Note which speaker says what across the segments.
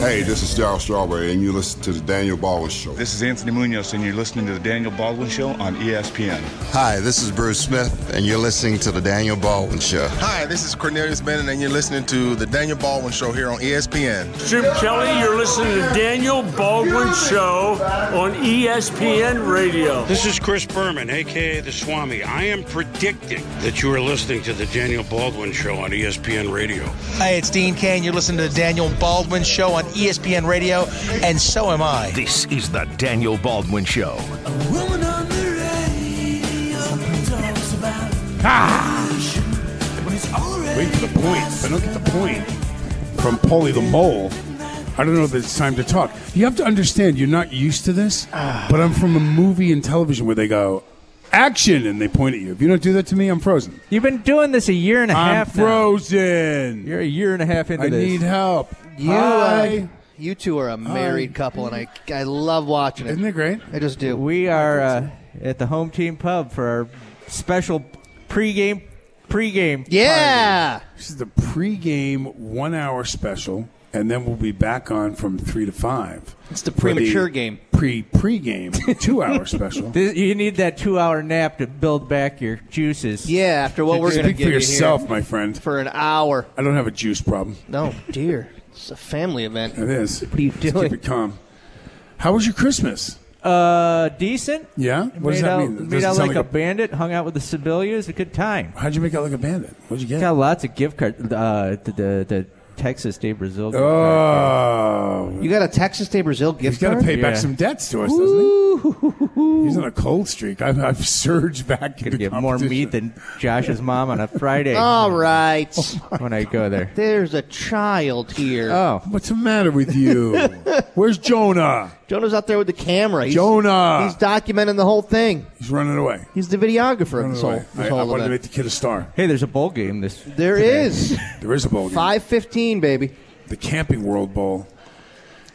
Speaker 1: Hey, this is Darryl Strawberry, and you listen to the Daniel Baldwin Show.
Speaker 2: This is Anthony Munoz, and you're listening to the Daniel Baldwin Show on E ESPN.
Speaker 3: Hi, this is Bruce Smith, and you're listening to the Daniel Baldwin Show.
Speaker 4: Hi, this is Cornelius Bennett, and you're listening to the Daniel Baldwin Show here on E ESPN.
Speaker 5: Jim Kelly, you're listening to Daniel Baldwin Show on E ESPN Radio.
Speaker 6: This is Chris Berman, aka the Swami. I am predicting that you are listening to the Daniel Baldwin Show on E ESPN Radio.
Speaker 7: Hi, it's Dean Kane. You're listening to the Daniel Baldwin Show on E ESPN Radio, and so am I.
Speaker 8: This is the Daniel Baldwin Show.
Speaker 9: Ah! Wait for the point. If I don't get the point from Paulie the Mole, I don't know if it's time to talk. You have to understand, you're not used to this,
Speaker 10: Ah.
Speaker 9: but I'm from a movie and television where they go, action, and they point at you. If you don't do that to me, I'm frozen.
Speaker 10: You've been doing this a year and a
Speaker 9: I'm
Speaker 10: half now.
Speaker 9: frozen.
Speaker 10: You're a year and a half into
Speaker 9: I
Speaker 10: this.
Speaker 9: need help.
Speaker 11: You,
Speaker 9: Hi.
Speaker 11: uh, you two are a married couple, and I, I love watching it.
Speaker 9: Isn't it great?
Speaker 11: I just do.
Speaker 10: we are uh, at the home team pub for our special pregame pregame.
Speaker 11: yeah,
Speaker 9: This is the pregame one hour special, and then we'll be back on from three to five.
Speaker 11: It's the
Speaker 9: for
Speaker 11: premature game.
Speaker 9: Pre pregame two hour special.
Speaker 10: This, you need that two-hour nap to build back your juices.
Speaker 11: yeah. After what we're gonna
Speaker 9: Speak
Speaker 11: give
Speaker 9: for
Speaker 11: you
Speaker 9: yourself,
Speaker 11: here
Speaker 9: my friend.
Speaker 11: for an hour.
Speaker 9: I don't have a juice problem.
Speaker 11: No, dear, it's a family event.
Speaker 9: It is.
Speaker 11: What are you
Speaker 9: Just
Speaker 11: doing?
Speaker 9: Keep it calm. How was your Christmas?
Speaker 10: Uh, decent.
Speaker 9: Yeah? What does
Speaker 10: made
Speaker 9: that
Speaker 10: out,
Speaker 9: mean? It
Speaker 10: Made
Speaker 9: doesn't
Speaker 10: out
Speaker 9: sound
Speaker 10: like,
Speaker 9: like
Speaker 10: a
Speaker 9: a-
Speaker 10: bandit. Hung out with the Sebelius. A good time.
Speaker 9: How'd you make out like a bandit? What'd you get?
Speaker 10: Got lots of gift cards. Uh, the, the the Texas Day Brazil. gift card.
Speaker 9: Oh.
Speaker 11: You got a Texas Day Brazil gift
Speaker 9: He's got to
Speaker 11: card.
Speaker 9: pay back
Speaker 10: Yeah.
Speaker 9: some debts to us, doesn't he? He's on a cold streak. I've, I've surged back into
Speaker 10: Could get more meat
Speaker 9: competition.
Speaker 10: than Josh's mom on a Friday
Speaker 11: All right,
Speaker 10: when I go there.
Speaker 11: there's a child here.
Speaker 10: Oh,
Speaker 9: What's the matter with you? Where's Jonah?
Speaker 11: Jonah's out there with the camera. He's,
Speaker 9: Jonah.
Speaker 11: he's documenting the whole thing.
Speaker 9: He's running away.
Speaker 11: He's the videographer of
Speaker 9: Running
Speaker 11: this whole,
Speaker 9: away.
Speaker 11: this
Speaker 9: I, I
Speaker 11: whole
Speaker 9: wanted to
Speaker 11: event.
Speaker 9: make the kid a star.
Speaker 10: hey, there's a bowl game this.
Speaker 11: There is
Speaker 9: There is a bowl game.
Speaker 11: five fifteen, baby.
Speaker 9: The Camping World Bowl.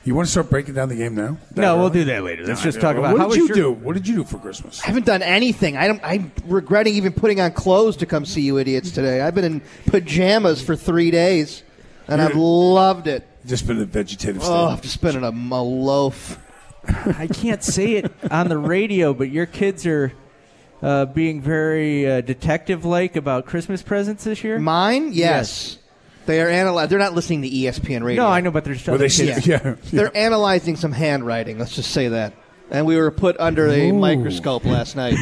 Speaker 9: You want to start breaking down the game now?
Speaker 10: No, we'll do that later. Let's just talk about
Speaker 9: what
Speaker 10: how
Speaker 9: did
Speaker 10: was
Speaker 9: you
Speaker 10: your-
Speaker 9: do? What did you do for Christmas?
Speaker 11: I haven't done anything. I don't, I'm regretting even putting on clothes to come see you idiots today. I've been in pajamas for three days, and I've loved it.
Speaker 9: Just been in a vegetative state.
Speaker 11: Oh, I've just been in a, a loaf.
Speaker 10: I can't say it on the radio, but your kids are uh, being very uh, detective-like about Christmas presents this year.
Speaker 11: Mine, yes.
Speaker 10: Yes.
Speaker 11: They are analyzing. They're not listening to E ESPN radio.
Speaker 10: no, I know, but there's
Speaker 9: Were
Speaker 10: other
Speaker 9: they
Speaker 10: kids.
Speaker 9: yeah. yeah.
Speaker 11: They're analyzing some handwriting. Let's just say that. And we were put under a microscope last night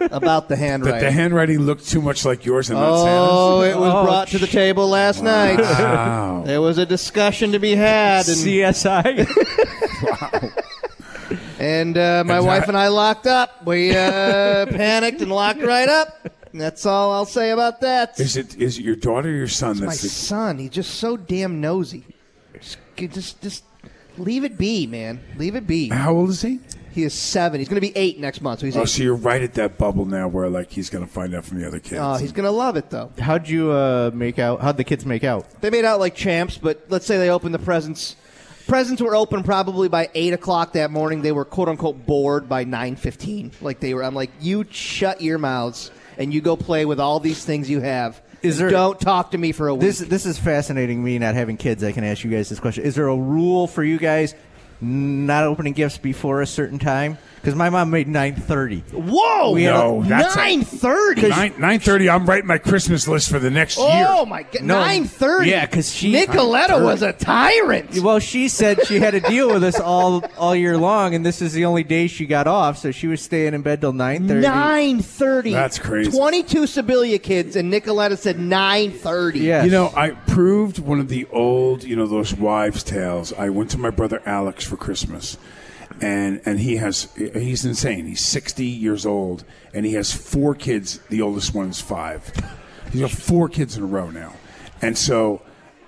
Speaker 11: about the
Speaker 9: That
Speaker 11: handwriting.
Speaker 9: the handwriting looked too much like yours and not
Speaker 11: oh, it was
Speaker 10: Oh,
Speaker 11: brought to the table last
Speaker 9: Santa's.
Speaker 11: night.
Speaker 9: Wow.
Speaker 11: There was a discussion to be had, and
Speaker 10: CSI.
Speaker 11: And uh, my
Speaker 9: And
Speaker 11: wife
Speaker 9: I-
Speaker 11: and I locked up. We uh, panicked and locked right up. And that's all I'll say about that.
Speaker 9: Is it is it your daughter or your son
Speaker 11: my
Speaker 9: that's the,
Speaker 11: son, he's just so damn nosy. Just, just, just leave it be, man. Leave it be.
Speaker 9: how old is he?
Speaker 11: He is seven. He's going to be eight next month. So he's
Speaker 9: Oh,
Speaker 11: eight.
Speaker 9: so you're right at that bubble now where like he's gonna find out from the other kids.
Speaker 11: Oh, he's going to love it, though.
Speaker 7: How'd you uh, make out? How'd the kids make out?
Speaker 11: They made out like champs, but let's say they opened the presents. Presents were open probably by eight o'clock that morning. They were quote unquote bored by nine fifteen. Like they were. I'm like, you shut your mouths and you go play with all these things you have.
Speaker 10: Is there-
Speaker 11: Don't talk to me for a week.
Speaker 7: This this is fascinating. Me not having kids, I can ask you guys this question: Is there a rule for you guys not opening gifts before a certain time? Because my mom made nine thirty.
Speaker 11: Whoa!
Speaker 7: We had
Speaker 9: No, a- that's a-
Speaker 11: nine thirty.
Speaker 9: Nine nine thirty. I'm writing my Christmas list for the next
Speaker 11: Oh
Speaker 9: year.
Speaker 11: my god!
Speaker 10: No.
Speaker 11: Nine thirty.
Speaker 10: Yeah, 'cause she-
Speaker 11: Nicoletta was a tyrant.
Speaker 10: well, she said she had to deal with us all all year long, and this is the only day she got off, so she was staying in bed till nine thirty.
Speaker 11: Nine thirty.
Speaker 9: That's crazy.
Speaker 11: Twenty-two Sibilia kids, and Nicoletta said nine thirty.
Speaker 10: Yeah.
Speaker 9: You know, I proved one of the old, you know, those wives' tales. I went to my brother Alex for Christmas, and and he has he's insane. He's sixty years old, and he has four kids. The oldest one is five. He's got four kids in a row now, and so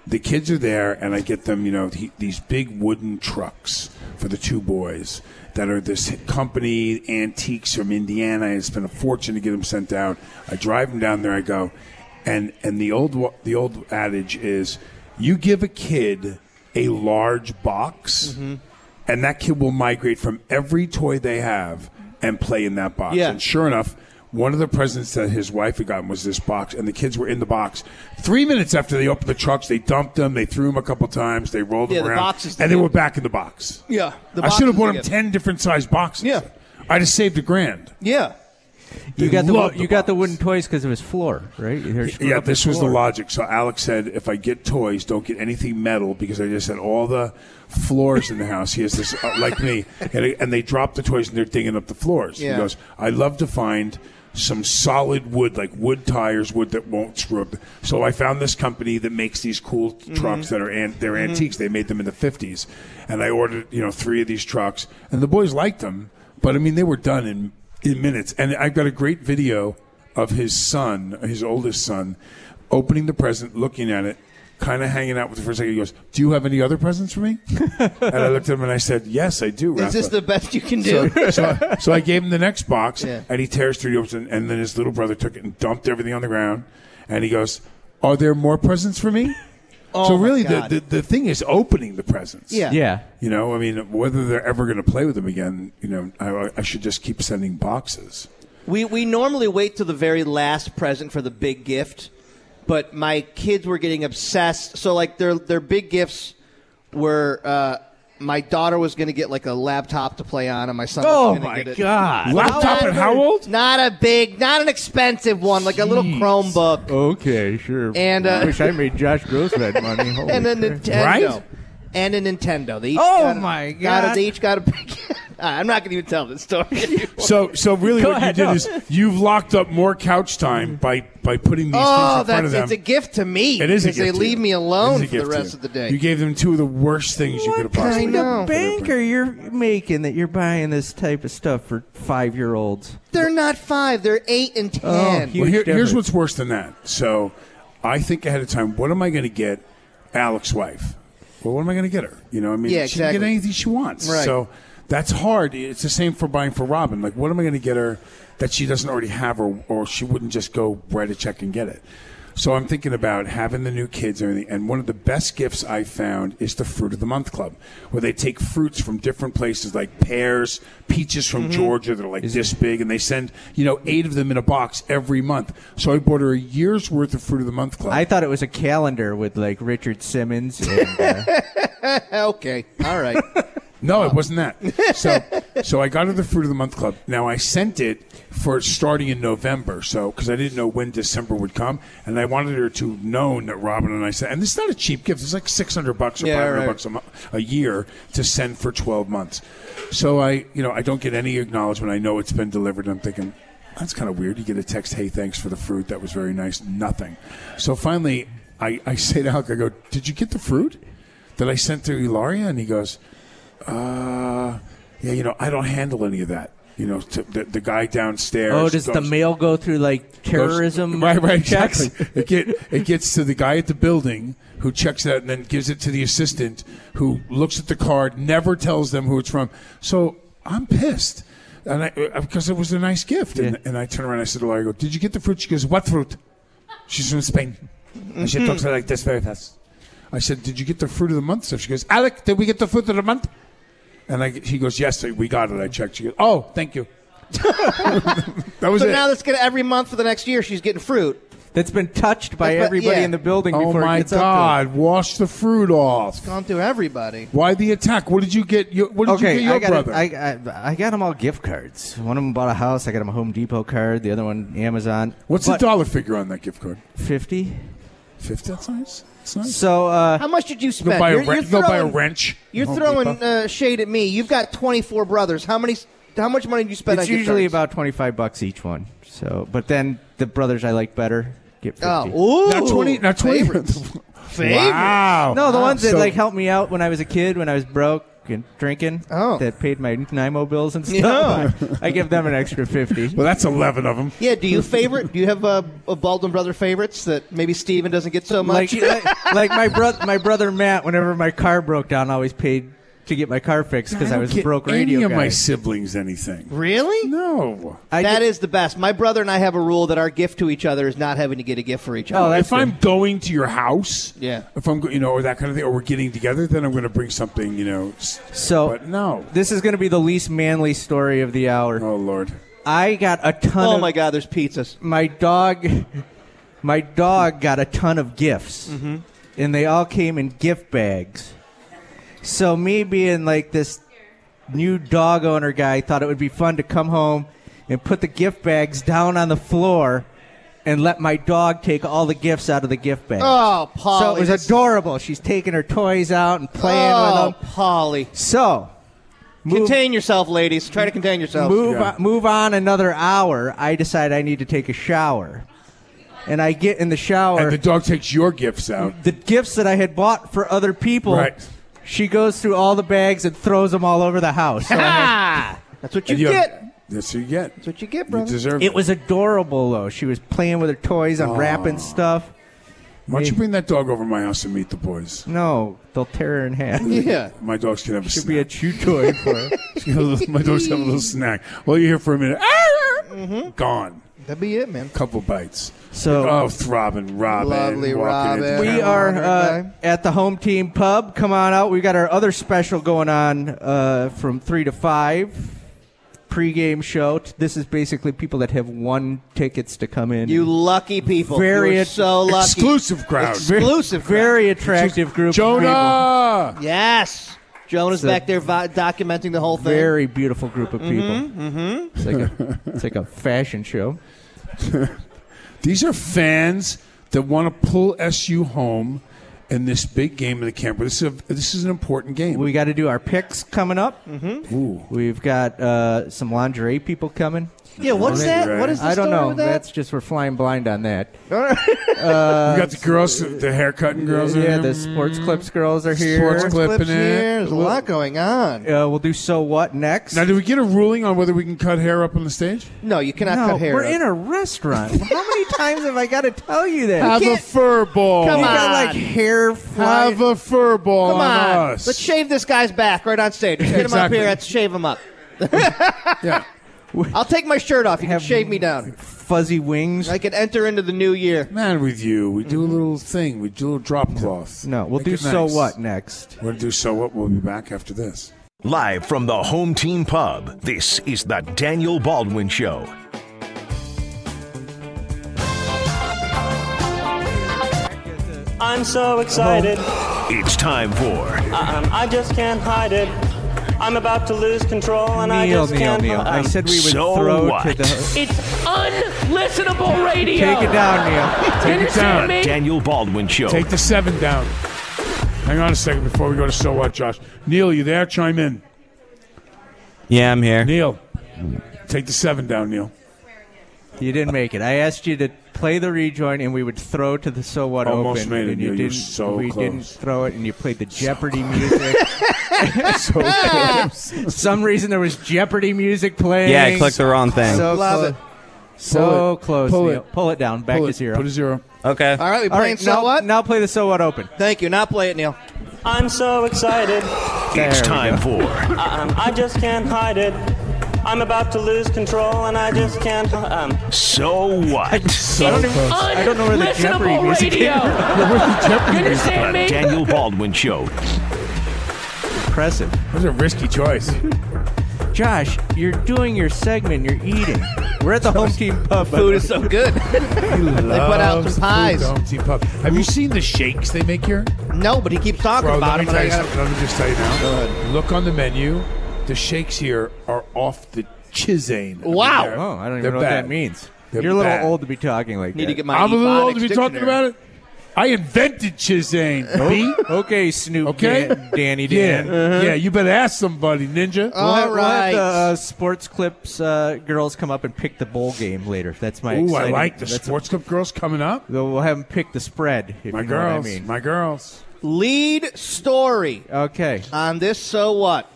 Speaker 9: the kids are there, and I get them, you know, he, these big wooden trucks for the two boys that are this company antiques from Indiana. I spent a fortune to get them sent out. I drive them down there. I go, and and the old wa- the old adage is, you give a kid a large box, and that kid will migrate from every toy they have and play in that box.
Speaker 11: Yeah.
Speaker 9: And sure enough, One of the presents that his wife had gotten was this box, and the kids were in the box. Three minutes after they opened the trucks, they dumped them, they threw them a couple times, they rolled
Speaker 11: Yeah,
Speaker 9: them
Speaker 11: the
Speaker 9: around,
Speaker 11: boxes
Speaker 9: and
Speaker 11: they
Speaker 9: they
Speaker 11: get.
Speaker 9: were back in the box.
Speaker 11: Yeah, the
Speaker 9: I should
Speaker 11: boxes
Speaker 9: have
Speaker 11: they
Speaker 9: bought them
Speaker 11: get.
Speaker 9: ten different sized boxes.
Speaker 11: Yeah.
Speaker 9: I just saved a grand.
Speaker 11: Yeah.
Speaker 7: You got the,
Speaker 9: love
Speaker 7: wo-
Speaker 9: the
Speaker 7: you got the
Speaker 9: box.
Speaker 7: wooden toys because of his floor, right? You heard screw
Speaker 9: Yeah,
Speaker 7: up his
Speaker 9: this was the
Speaker 7: floor.
Speaker 9: logic. So Alex said, if I get toys, don't get anything metal because I just had all the floors in the house. He has this, uh, like me, and, and they drop the toys and they're dinging up the floors.
Speaker 11: Yeah.
Speaker 9: He goes, I love to find some solid wood, like wood tires, wood that won't screw up. So I found this company that makes these cool
Speaker 11: Mm-hmm.
Speaker 9: trucks that are an- they're antiques. They made them in the fifties, and I ordered you know three of these trucks, and the boys liked them, but I mean they were done in in minutes. And I've got a great video of his son, his oldest son, opening the present, looking at it, kind of hanging out with it for a second. He goes, "Do you have any other presents for me?" and I looked at him and I said, "Yes, I do."
Speaker 11: Is this
Speaker 9: Rafa."
Speaker 11: the best you can
Speaker 9: So,
Speaker 11: do?
Speaker 9: so, so I gave him the next box,
Speaker 11: Yeah.
Speaker 9: and he tears through the open, and, and then his little brother took it and dumped everything on the ground, and he goes, "Are there more presents for me?" so
Speaker 11: Oh my
Speaker 9: really, the,
Speaker 11: God.
Speaker 9: the the thing is opening the presents.
Speaker 11: Yeah.
Speaker 7: Yeah.
Speaker 9: You know, I mean, whether they're ever going to play with them again, you know, I, I should just keep sending boxes.
Speaker 11: We we normally wait till the very last present for the big gift, but my kids were getting obsessed. So like their their big gifts were uh, my daughter was going to get like a laptop to play on, and my son.
Speaker 7: Oh
Speaker 11: was gonna
Speaker 7: my
Speaker 11: get it.
Speaker 7: god.
Speaker 9: Laptop and how old?
Speaker 11: Not a big, not an expensive one, like a little Chromebook.
Speaker 7: Okay, sure.
Speaker 11: And, uh,
Speaker 7: I wish I made Josh Gross that money. Holy
Speaker 11: and a
Speaker 7: crap.
Speaker 11: Nintendo.
Speaker 9: Right?
Speaker 11: And a Nintendo. They each
Speaker 7: Oh
Speaker 11: got a-
Speaker 7: my
Speaker 11: got a-
Speaker 7: God.
Speaker 11: they each got a big. Alright, I'm not going to even tell this story. anymore.
Speaker 9: So, so really,
Speaker 7: Go
Speaker 9: what
Speaker 7: ahead,
Speaker 9: you did
Speaker 7: no. Mm-hmm.
Speaker 9: is you've locked up more couch time by by putting these things
Speaker 11: oh,
Speaker 9: in front
Speaker 11: that's
Speaker 9: of them.
Speaker 11: it's a gift to me.
Speaker 9: It is a
Speaker 11: because They
Speaker 9: gift to
Speaker 11: leave
Speaker 9: you.
Speaker 11: me
Speaker 9: It
Speaker 11: alone
Speaker 9: is a
Speaker 11: for the
Speaker 9: gift to
Speaker 11: rest
Speaker 9: you.
Speaker 11: of the day.
Speaker 9: You gave them two of the worst things you could have
Speaker 7: What
Speaker 9: possibly.
Speaker 7: kind of
Speaker 11: know.
Speaker 7: banker you're making that you're buying this type of stuff for five year olds?
Speaker 11: They're not five. They're eight and ten.
Speaker 7: he-
Speaker 9: Well,
Speaker 7: Oh, Huge
Speaker 9: here- here's
Speaker 7: difference.
Speaker 9: what's worse than that. So, I think ahead of time. What am I going to get Alex's wife? Well, what am I going to get her? You know, I mean,
Speaker 11: Yeah,
Speaker 9: she can get
Speaker 11: exactly.
Speaker 9: anything she wants.
Speaker 11: Right.
Speaker 9: So that's hard. It's the same for buying for Robin. Like, what am I going to get her that she doesn't already have, or or she wouldn't just go write a check and get it? So I'm thinking about having the new kids and everything. And one of the best gifts I found is the Fruit of the Month Club, where they take fruits from different places, like pears, peaches from Georgia that are like this big, and they send you know eight of them in a box every month. So I bought her a year's worth of Fruit of the Month Club.
Speaker 7: I thought it was a calendar with like Richard Simmons. And, uh,
Speaker 11: okay. All right.
Speaker 9: No, it wasn't that. So, so I got her the Fruit of the Month Club. Now I sent it for starting in November, so because I didn't know when December would come, and I wanted her to known that Robin and I sent. And this is not a cheap gift; it's like six hundred bucks or
Speaker 11: Yeah,
Speaker 9: five hundred
Speaker 11: right.
Speaker 9: bucks a, mo- a year to send for twelve months. So I, you know, I don't get any acknowledgement. I know it's been delivered. And I'm thinking. That's kind of weird. You get a text, "Hey, thanks for the fruit. That was very nice." Nothing. So finally, I, I say to Alec, "I go, did you get the fruit that I sent to Ilaria?" And he goes, uh, yeah, you know, I don't handle any of that. You know, to, the, the guy downstairs.
Speaker 7: oh, does the
Speaker 9: goes-
Speaker 7: mail go through like
Speaker 9: goes-
Speaker 7: terrorism?
Speaker 9: right, right,
Speaker 7: checks?
Speaker 9: exactly. it, get, it gets to the guy at the building who checks it out and then gives it to the assistant who looks at the card, never tells them who it's from. So I'm pissed. And I, uh, because it was a nice gift. And, and I turn around and I said to Laura, I go, Did you get the fruit? She goes, What fruit? She's from Spain. And she talks like this very fast. I said, Did you get the fruit of the month stuff? She goes, Alec, did we get the fruit of the month? And I, he goes, Yes, we got it. I checked. She goes, Oh, thank you. that was
Speaker 11: So
Speaker 9: it.
Speaker 11: now that's gonna every month for the next year. She's getting fruit.
Speaker 7: That's been touched by
Speaker 11: That's what-
Speaker 7: everybody
Speaker 11: yeah.
Speaker 7: in the building
Speaker 9: Oh
Speaker 7: before it
Speaker 9: my
Speaker 7: gets up
Speaker 9: God! Wash the fruit off.
Speaker 11: Gone through everybody.
Speaker 9: Why the attack? What did you get? Your, what
Speaker 7: to
Speaker 9: did
Speaker 7: him. Okay,
Speaker 9: you get your
Speaker 7: I got
Speaker 9: brother?
Speaker 7: I, I, I got them all gift cards. One of them bought a house. I got him a Home Depot card. The other one Amazon.
Speaker 9: What's
Speaker 7: but,
Speaker 9: the dollar figure on that gift card?
Speaker 7: Fifty.
Speaker 9: Fifty. That's nice. That's nice.
Speaker 7: So uh,
Speaker 11: How much did you
Speaker 9: They'll
Speaker 11: spend?
Speaker 9: buy, a
Speaker 11: You're-
Speaker 9: wren-
Speaker 11: you're
Speaker 9: they'll buy a
Speaker 11: throwing-
Speaker 9: wrench.
Speaker 11: You're
Speaker 9: Home
Speaker 11: throwing
Speaker 9: Depot.
Speaker 11: uh, shade at me. You've got 24 brothers. How many? How much money did you spend?
Speaker 7: it's
Speaker 11: on gift
Speaker 7: usually
Speaker 11: cards?
Speaker 7: about twenty-five bucks each one. So, but then the brothers I like better get fifty.
Speaker 11: Oh, ooh,
Speaker 9: Not twenty. Not twenty. Wow.
Speaker 7: No, the ones that
Speaker 9: So-
Speaker 7: like helped me out when I was a kid, when I was broke and drinking,
Speaker 11: Oh.
Speaker 7: that paid my NIMO bills and stuff. I, I give them an extra fifty.
Speaker 9: Well, that's eleven of them.
Speaker 11: Yeah. Do you favorite? Do you have uh, a Baldwin brother favorites that maybe Steven doesn't get so much?
Speaker 7: like, uh, like, like my brother, my brother Matt, whenever my car broke down, always paid to get my car fixed because I, was a
Speaker 9: get
Speaker 7: broke
Speaker 9: any
Speaker 7: radio
Speaker 9: of
Speaker 7: guy.
Speaker 9: my siblings anything.
Speaker 11: really?
Speaker 9: No.
Speaker 7: I
Speaker 11: That
Speaker 7: get-
Speaker 11: is the best. My brother and I have a rule that our gift to each other is not having to get a gift for each other.
Speaker 7: Oh, that's
Speaker 9: if I'm going to your house,
Speaker 11: Yeah.
Speaker 9: If I'm, go- you know, or that kind of thing, or we're getting together, then I'm going to bring something, you know. s-
Speaker 7: so.
Speaker 9: but no.
Speaker 7: This is going to be the least manly story of the hour.
Speaker 9: Oh Lord.
Speaker 7: I got a ton.
Speaker 11: Oh
Speaker 7: of, Mm,
Speaker 11: my God, there's pizzas.
Speaker 7: my dog my dog got a ton of gifts and they all came in gift bags so me being like this new dog owner guy thought it would be fun to come home and put the gift bags down on the floor and let my dog take all the gifts out of the gift bag.
Speaker 11: Oh, Paul,
Speaker 7: So it was
Speaker 11: it's-
Speaker 7: adorable. She's taking her toys out and playing
Speaker 11: oh,
Speaker 7: with them.
Speaker 11: Polly.
Speaker 7: So, move-
Speaker 11: Contain yourself, ladies. Try to contain yourselves.
Speaker 7: move on,
Speaker 9: Yeah.
Speaker 7: move on another hour. I decide I need to take a shower, and I get in the shower.
Speaker 9: And the dog takes your gifts out.
Speaker 7: the gifts that I had bought for other people.
Speaker 9: Right.
Speaker 7: She goes through all the bags and throws them all over the house. So I had-
Speaker 11: That's what you
Speaker 9: And you have-
Speaker 11: get.
Speaker 9: That's what you get. That's
Speaker 11: what you get,
Speaker 9: You
Speaker 11: brother.
Speaker 9: deserve
Speaker 7: it was adorable though. She was playing with her toys,
Speaker 9: Oh.
Speaker 7: unwrapping stuff.
Speaker 9: Why don't you bring that dog over to my house and meet the boys?
Speaker 7: No, they'll tear her in half.
Speaker 11: Yeah.
Speaker 9: My dogs can have a
Speaker 7: Should
Speaker 9: snack.
Speaker 7: be a chew toy for her.
Speaker 9: my dogs have a little snack. Well, you're here for a minute. Gone.
Speaker 11: That'd be it, man.
Speaker 9: Couple bites.
Speaker 7: So-
Speaker 9: oh, throbbing Robin.
Speaker 11: Lovely Robin.
Speaker 9: walking into town.
Speaker 7: We
Speaker 11: Yeah,
Speaker 7: are
Speaker 11: Robert
Speaker 7: uh,
Speaker 11: Guy.
Speaker 7: at the home team pub. Come on out. We got our other special going on uh, from three to five. Pre-game show. T- This is basically people that have won tickets to come in.
Speaker 11: You lucky people.
Speaker 7: Very
Speaker 11: you are
Speaker 7: at-
Speaker 11: so lucky.
Speaker 9: exclusive crowd.
Speaker 11: Exclusive.
Speaker 7: very attractive group. of people.
Speaker 9: Jonah.
Speaker 11: Yes. Jonah's
Speaker 7: So-
Speaker 11: back there vi- documenting the whole thing.
Speaker 7: very beautiful group of people. It's, like a, it's like a fashion show.
Speaker 9: These are fans that want to pull SU home in this big game of the camper. This is a, this is an important game.
Speaker 7: We got to do our picks coming up.
Speaker 9: Ooh.
Speaker 7: We've got uh, some lingerie people coming.
Speaker 11: Yeah, what's that? What is the
Speaker 7: I don't
Speaker 11: story
Speaker 7: know.
Speaker 11: with that?
Speaker 7: That's just we're flying blind on that.
Speaker 9: we got the girls, the haircutting girls.
Speaker 7: yeah,
Speaker 9: in
Speaker 7: the sports clips girls are here.
Speaker 9: Sports clip.
Speaker 11: Clips
Speaker 9: flipping it.
Speaker 11: here. There's a lot going on.
Speaker 7: Uh, we'll do so what next?
Speaker 9: Now, do we get a ruling on whether we can cut hair up on the stage?
Speaker 11: No, you cannot
Speaker 7: No,
Speaker 11: cut hair.
Speaker 7: we're
Speaker 11: up.
Speaker 7: in a restaurant. How many times have I got to tell you that?
Speaker 9: Have
Speaker 7: You
Speaker 9: a
Speaker 7: can't-
Speaker 9: fur ball.
Speaker 11: Come
Speaker 7: you
Speaker 11: on.
Speaker 7: got like hair flying.
Speaker 9: Have a fur ball
Speaker 11: Come
Speaker 9: on,
Speaker 11: on.
Speaker 9: us.
Speaker 11: Let's shave this guy's back right on stage. Let's get him up
Speaker 9: Exactly.
Speaker 11: here. Let's shave him up.
Speaker 9: yeah.
Speaker 11: I'll take my shirt off. You can
Speaker 7: Have-
Speaker 11: shave me down.
Speaker 7: fuzzy wings.
Speaker 11: I can enter into the new year.
Speaker 9: Man, with you, we do a little thing. We do a little drop cloth.
Speaker 7: No, we'll
Speaker 9: Make
Speaker 7: do
Speaker 9: it
Speaker 7: so
Speaker 9: nice.
Speaker 7: what next?
Speaker 9: We'll do so what. We'll be back after this.
Speaker 8: Live from the home team pub, this is the Daniel Baldwin Show.
Speaker 5: I'm so excited.
Speaker 8: It's time for
Speaker 5: Um, I just can't hide it. I'm about to lose control, and I
Speaker 7: Neil,
Speaker 5: just
Speaker 7: Neil,
Speaker 5: can't.
Speaker 7: Neil. I
Speaker 5: um,
Speaker 7: said we would
Speaker 8: So
Speaker 7: throw to
Speaker 8: what?
Speaker 7: the.
Speaker 12: It's unlistenable radio.
Speaker 7: Take it down, Neil.
Speaker 12: You understand
Speaker 8: the
Speaker 12: me?
Speaker 8: Daniel Baldwin Show.
Speaker 9: Take the seven down. Hang on a second before we go to so what, Josh. Neil, you there? Chime in.
Speaker 10: Yeah, I'm here.
Speaker 9: Neil, take the seven down, Neil.
Speaker 7: You didn't make it. I asked you to play the rejoin, and we would throw to the so what
Speaker 9: Almost
Speaker 7: open,
Speaker 9: made it,
Speaker 7: and
Speaker 9: Neil.
Speaker 7: you
Speaker 9: You're
Speaker 7: didn't.
Speaker 9: so
Speaker 7: we
Speaker 9: close.
Speaker 7: didn't throw it, and you played the Jeopardy music.
Speaker 9: So close.
Speaker 7: Some reason there was Jeopardy music playing.
Speaker 10: Yeah, I clicked the wrong thing.
Speaker 7: So
Speaker 11: Love
Speaker 7: close.
Speaker 11: it.
Speaker 9: Pull
Speaker 7: So
Speaker 9: it.
Speaker 7: close.
Speaker 9: Pull
Speaker 7: Oh, Neil.
Speaker 9: it.
Speaker 7: Pull it down. Back
Speaker 9: Pull
Speaker 7: to
Speaker 9: it.
Speaker 7: zero.
Speaker 9: Put a zero.
Speaker 10: okay.
Speaker 11: All right, we
Speaker 7: All
Speaker 11: playing
Speaker 7: right,
Speaker 11: so
Speaker 7: now,
Speaker 11: what?
Speaker 7: now play the so what open.
Speaker 11: Thank you. Not play it, Neil.
Speaker 5: I'm so excited.
Speaker 8: it's
Speaker 7: There we
Speaker 8: time for
Speaker 5: Um, I just can't hide it. I'm about to lose control, and I just can't. Um,
Speaker 8: So What?
Speaker 9: So close.
Speaker 7: I don't know where the Jeopardy
Speaker 12: Unlistenable
Speaker 7: music came
Speaker 12: radio.
Speaker 9: Yeah, where's the Jeopardy
Speaker 12: You
Speaker 9: music?
Speaker 8: The
Speaker 12: understand me?
Speaker 8: Daniel Baldwin Show.
Speaker 7: Impressive.
Speaker 9: That was a risky choice.
Speaker 7: Josh, you're doing your segment. You're eating. We're at the home team pub. by the
Speaker 11: Food
Speaker 7: way.
Speaker 11: is so good.
Speaker 9: they
Speaker 11: put out some pies.
Speaker 9: Have you seen the shakes they make here?
Speaker 11: no, but he keeps talking
Speaker 9: Bro,
Speaker 11: about
Speaker 9: let me
Speaker 11: him. and
Speaker 9: tell
Speaker 11: I
Speaker 9: you
Speaker 11: gotta-
Speaker 9: something. Let me just tell you now. Look on the menu. The shakes here are off the chisane. I mean,
Speaker 11: Wow.
Speaker 9: they're-
Speaker 7: Oh, I don't even
Speaker 9: they're
Speaker 7: know what
Speaker 9: bad.
Speaker 7: that means.
Speaker 9: They're
Speaker 7: You're a little
Speaker 9: bad.
Speaker 7: old to be talking like
Speaker 11: Need
Speaker 7: that.
Speaker 11: to get my
Speaker 9: I'm a little old to be
Speaker 11: Ebonics
Speaker 9: talking
Speaker 11: dictionary.
Speaker 9: about it. I invented chisane. B.
Speaker 7: Oh, okay, Snoop.
Speaker 9: Okay?
Speaker 7: Dan- Danny
Speaker 9: Yeah,
Speaker 7: Dan.
Speaker 9: yeah. You better ask somebody, Ninja.
Speaker 11: All
Speaker 7: We'll have- we'll have
Speaker 11: right.
Speaker 7: the uh, sports clips uh, girls come up and pick the bowl game later. That's my.
Speaker 9: Ooh, I
Speaker 7: exciting-
Speaker 9: like the
Speaker 7: that's-
Speaker 9: sports club girls coming up.
Speaker 7: We'll have them pick the spread. If
Speaker 9: My
Speaker 7: you know
Speaker 9: girls,
Speaker 7: what I mean.
Speaker 9: my girls.
Speaker 11: Lead story
Speaker 7: Okay.
Speaker 11: on this so what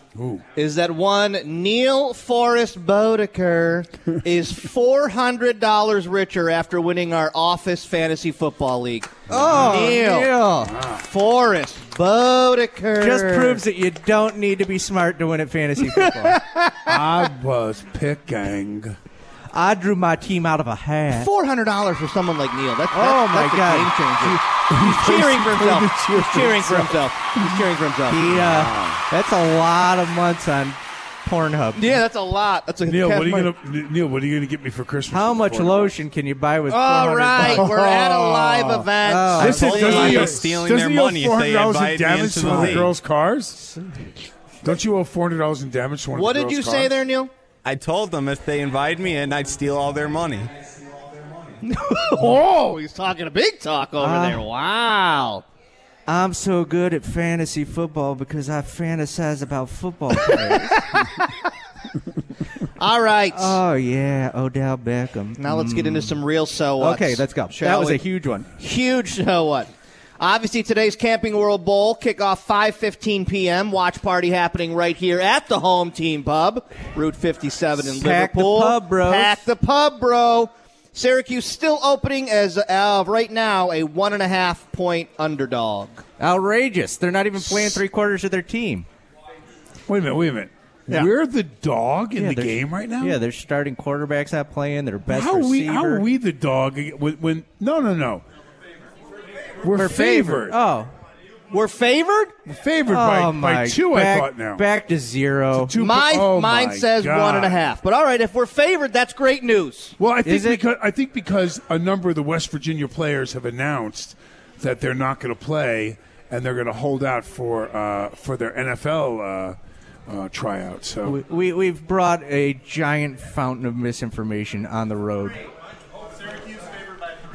Speaker 11: is
Speaker 9: Ooh.
Speaker 11: that one Neil Forrest Bodeker is four hundred dollars richer after winning our office fantasy football league.
Speaker 7: Oh,
Speaker 11: Neil.
Speaker 7: Neil.
Speaker 11: Forrest Bodeker
Speaker 7: Just proves that you don't need to be smart to win at fantasy football.
Speaker 9: I was picking.
Speaker 7: I drew my team out of a hat.
Speaker 11: four hundred dollars for someone like Neil. That's, that's
Speaker 7: Oh, my
Speaker 11: that's a
Speaker 7: God.
Speaker 11: game changer. He's cheering for himself. He's cheering for himself. He's cheering for himself.
Speaker 7: He, uh, that's a lot of months on Pornhub.
Speaker 11: Yeah, that's a lot. That's a
Speaker 9: Neil,
Speaker 11: half
Speaker 9: what are you
Speaker 11: my-
Speaker 9: gonna Neil? What are you gonna get me for Christmas?
Speaker 7: How
Speaker 9: for
Speaker 7: much
Speaker 9: $400?
Speaker 7: lotion can you buy with?
Speaker 11: All
Speaker 7: 400
Speaker 11: right,
Speaker 7: bucks?
Speaker 11: we're at a live event.
Speaker 7: Oh. This
Speaker 13: is- doesn't
Speaker 14: I'd
Speaker 13: he
Speaker 14: be
Speaker 13: owe-
Speaker 14: stealing
Speaker 9: doesn't
Speaker 14: their
Speaker 9: he owe
Speaker 14: money if they
Speaker 9: $400 in
Speaker 14: invite me
Speaker 9: damage
Speaker 14: into
Speaker 9: to
Speaker 14: the
Speaker 9: one of
Speaker 14: league.
Speaker 9: girls' cars? Don't you owe four hundred dollars in damage to one
Speaker 11: what
Speaker 9: of the
Speaker 11: did
Speaker 9: girls'
Speaker 11: you
Speaker 9: cars?
Speaker 11: say there, Neil?
Speaker 14: I told them if they invite me in, I'd steal all their money.
Speaker 11: Oh, he's talking a big talk over
Speaker 7: Uh,
Speaker 11: there. Wow.
Speaker 7: I'm so good at fantasy football because I fantasize about football players.
Speaker 11: All right.
Speaker 7: oh yeah, Odell Beckham.
Speaker 11: Uh, now let's get
Speaker 7: Mm.
Speaker 11: into some real so what.
Speaker 7: Okay, let's go. that was a huge one.
Speaker 11: Huge so what. Obviously, today's Camping World Bowl kickoff 5:15 p.m. Watch party happening right here at the home team pub, Route 57 in
Speaker 7: Pack the
Speaker 11: Liverpool.
Speaker 7: pub, bros.
Speaker 11: Pack the pub, bro. Syracuse still opening as of right now a one and a half point underdog.
Speaker 7: Outrageous. They're not even playing three quarters of their team.
Speaker 9: Wait a minute. Wait a minute.
Speaker 7: Yeah.
Speaker 9: We're the dog in
Speaker 7: Yeah,
Speaker 9: the
Speaker 7: they're-
Speaker 9: game right now.
Speaker 7: Yeah, their starting quarterback's not playing. Their best
Speaker 9: how are
Speaker 7: receiver.
Speaker 9: we how are we the dog ag- when, when no no no we're,
Speaker 7: We're
Speaker 9: favored.
Speaker 7: Oh,
Speaker 11: We're favored.
Speaker 9: We're favored
Speaker 7: Oh,
Speaker 9: by, by
Speaker 7: my.
Speaker 9: two.
Speaker 7: back,
Speaker 9: I thought now.
Speaker 7: back to zero.
Speaker 9: Two po-
Speaker 11: My,
Speaker 9: oh,
Speaker 11: mine
Speaker 9: my
Speaker 11: says
Speaker 9: God.
Speaker 11: one and a half. But all right, if we're favored, that's great news.
Speaker 9: Well, I think
Speaker 7: Is it-
Speaker 9: because I think because a number of the West Virginia players have announced that they're not going to play and they're going to hold out for uh, for their NFL uh, uh, tryout. So
Speaker 7: We, we we've brought a giant fountain of misinformation on the road.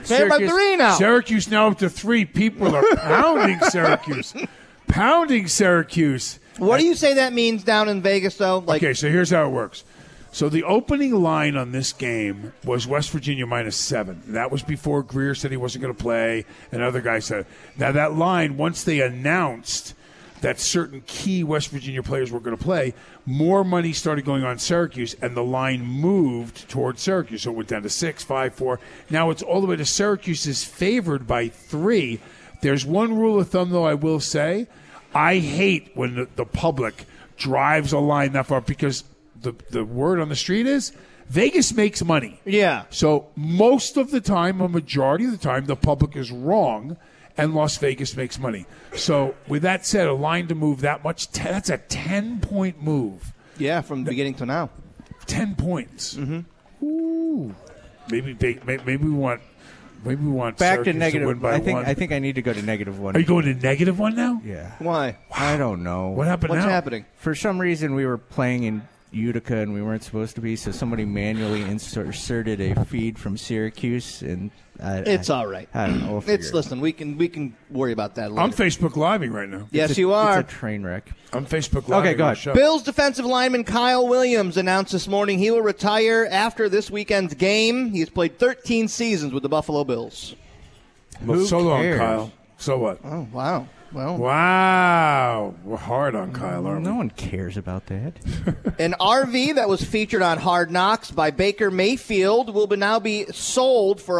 Speaker 11: Favored by three now.
Speaker 9: Syracuse now up to three. People are pounding Syracuse, pounding Syracuse.
Speaker 11: What do you say that means down in Vegas, though? Like,
Speaker 9: okay, so here's how it works. So the opening line on this game was West Virginia minus seven. That was before Greer said he wasn't going to play, and other guys said. Now that line, once they announced that certain key West Virginia players were going to play, more money started going on Syracuse, and the line moved towards Syracuse. So it went down to six, five, four. Now it's all the way to Syracuse is favored by three. There's one rule of thumb, though, I will say. I hate when the, the public drives a line that far because the, the word on the street is Vegas makes money.
Speaker 11: yeah.
Speaker 9: So most of the time, a majority of the time, the public is wrong, and Las Vegas makes money. So with that said, a line to move that much, te- that's a 10-point move.
Speaker 11: Yeah, from the beginning to now.
Speaker 9: 10 points. Mm-hmm. Ooh. Maybe, they, may- maybe we want... Maybe we want
Speaker 7: Back to
Speaker 9: Syracuse
Speaker 7: negative.
Speaker 9: win by
Speaker 7: I think
Speaker 9: one.
Speaker 7: I think I need to go to negative one.
Speaker 9: Are you going to negative one now?
Speaker 7: yeah.
Speaker 11: Why?
Speaker 7: I don't know.
Speaker 9: What happened
Speaker 11: What's
Speaker 9: now?
Speaker 11: happening?
Speaker 7: For some reason, we were playing in Utica and we weren't supposed to be, so somebody manually inserted a feed from Syracuse, and I,
Speaker 11: It's
Speaker 7: I,
Speaker 11: all right.
Speaker 7: I don't know. We'll figure
Speaker 11: It's
Speaker 7: it.
Speaker 11: listen. We can we can worry about that later.
Speaker 9: I'm Facebook Living right now.
Speaker 11: yes,
Speaker 7: It's a-
Speaker 11: you are.
Speaker 7: It's a train wreck.
Speaker 9: I'm Facebook Live.
Speaker 7: Okay, go ahead.
Speaker 11: Bills defensive lineman Kyle Williams announced this morning he will retire after this weekend's game. He's played 13 seasons with the Buffalo Bills.
Speaker 7: Who
Speaker 9: so long,
Speaker 7: cares?
Speaker 9: Kyle. So what?
Speaker 11: Oh wow. Well,
Speaker 9: Wow, we're hard on Kyle, aren't
Speaker 7: No
Speaker 9: we?
Speaker 7: one cares about that.
Speaker 11: An RV that was featured on Hard Knocks by Baker Mayfield will be now be sold for